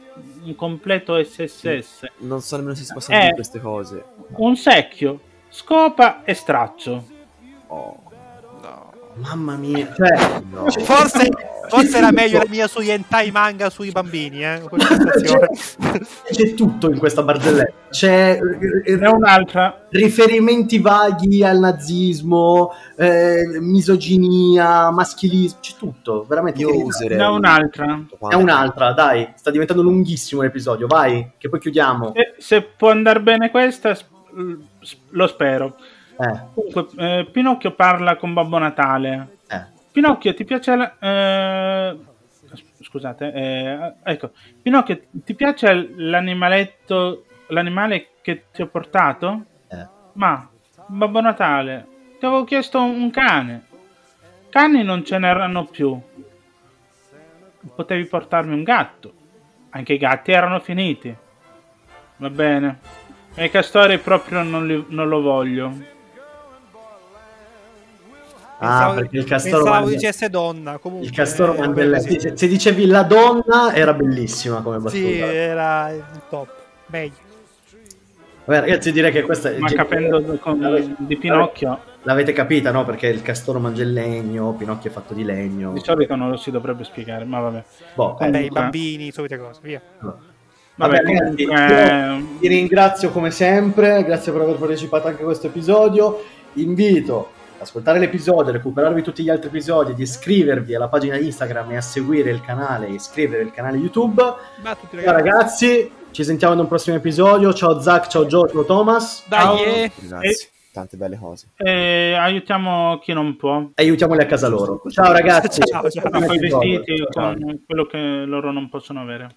Speaker 3: un completo SSS.
Speaker 4: Non so nemmeno se si possa
Speaker 3: Eh.
Speaker 4: dire queste cose.
Speaker 3: Un secchio, scopa e straccio.
Speaker 4: Oh,
Speaker 1: Mamma mia, cioè,
Speaker 4: no.
Speaker 2: forse, forse era meglio la mia sui hentai manga sui bambini, eh. con questa situazione.
Speaker 1: c'è tutto in questa barzelletta. C'è eh,
Speaker 3: E un'altra,
Speaker 1: riferimenti vaghi al nazismo, eh, misoginia, maschilismo, c'è tutto, veramente.
Speaker 4: Io
Speaker 1: Che-
Speaker 4: userei.
Speaker 3: ne ho un'altra.
Speaker 1: È un'altra, dai, sta diventando lunghissimo l'episodio, vai, che poi chiudiamo.
Speaker 2: Eh.
Speaker 3: Se, se può andare bene questa, s- s- lo spero.
Speaker 1: Eh,
Speaker 3: Comunque, eh, Pinocchio parla con Babbo Natale.
Speaker 1: eh.
Speaker 3: Pinocchio, ti piace la... eh, s- scusate, eh, ecco. Pinocchio, ti piace l'animaletto, l'animale che ti ho portato?
Speaker 1: Eh.
Speaker 3: Ma, Babbo Natale, ti avevo chiesto un cane. Cani non ce n'erano più. Potevi portarmi un gatto. Anche i gatti erano finiti. Va bene. E i castori proprio non, li- non lo voglio.
Speaker 1: Ah, perché il castoro
Speaker 2: pensavo
Speaker 1: mangia-
Speaker 2: dicesse donna, comunque.
Speaker 1: Il castoro
Speaker 2: eh,
Speaker 1: Mandela.
Speaker 2: vabbè,
Speaker 1: Se,
Speaker 2: così.
Speaker 1: se dicevi la donna era bellissima come battuta.
Speaker 2: Sì, era il top. Meglio.
Speaker 1: Vabbè, ragazzi, direi che questa è
Speaker 3: Ma capendo con- di Pinocchio...
Speaker 1: L'avete capita, no? Perché il castoro mangia il legno, Pinocchio è fatto di legno.
Speaker 2: Diciamo
Speaker 3: Di solito non lo si dovrebbe spiegare, ma vabbè.
Speaker 1: Boh, eh,
Speaker 2: Vabbè,
Speaker 3: Comunque-
Speaker 2: i bambini, solite cose, via.
Speaker 3: Vabbè,
Speaker 1: Vabbè, ragazzi,
Speaker 3: comunque,
Speaker 1: Vi ringrazio come sempre, grazie per aver partecipato anche a questo episodio. Invito ad ascoltare l'episodio, a recuperarvi tutti gli altri episodi, ad iscrivervi alla pagina Instagram e a seguire il canale, e iscrivere il canale YouTube.
Speaker 2: Ma a tutti
Speaker 1: Ciao
Speaker 2: ragazzi.
Speaker 1: ragazzi, ci sentiamo in un prossimo episodio. Ciao Zach, ciao Gio, ciao Thomas.
Speaker 2: Dai,
Speaker 3: Ciao.
Speaker 2: eh.
Speaker 4: Grazie. Tante belle cose.
Speaker 3: eh, aiutiamo chi non può.
Speaker 1: E aiutiamoli a casa loro. Ciao ragazzi.
Speaker 2: Ciao, ciao.
Speaker 3: Con i
Speaker 1: Ciao.
Speaker 3: vestiti, con quello che loro non possono avere.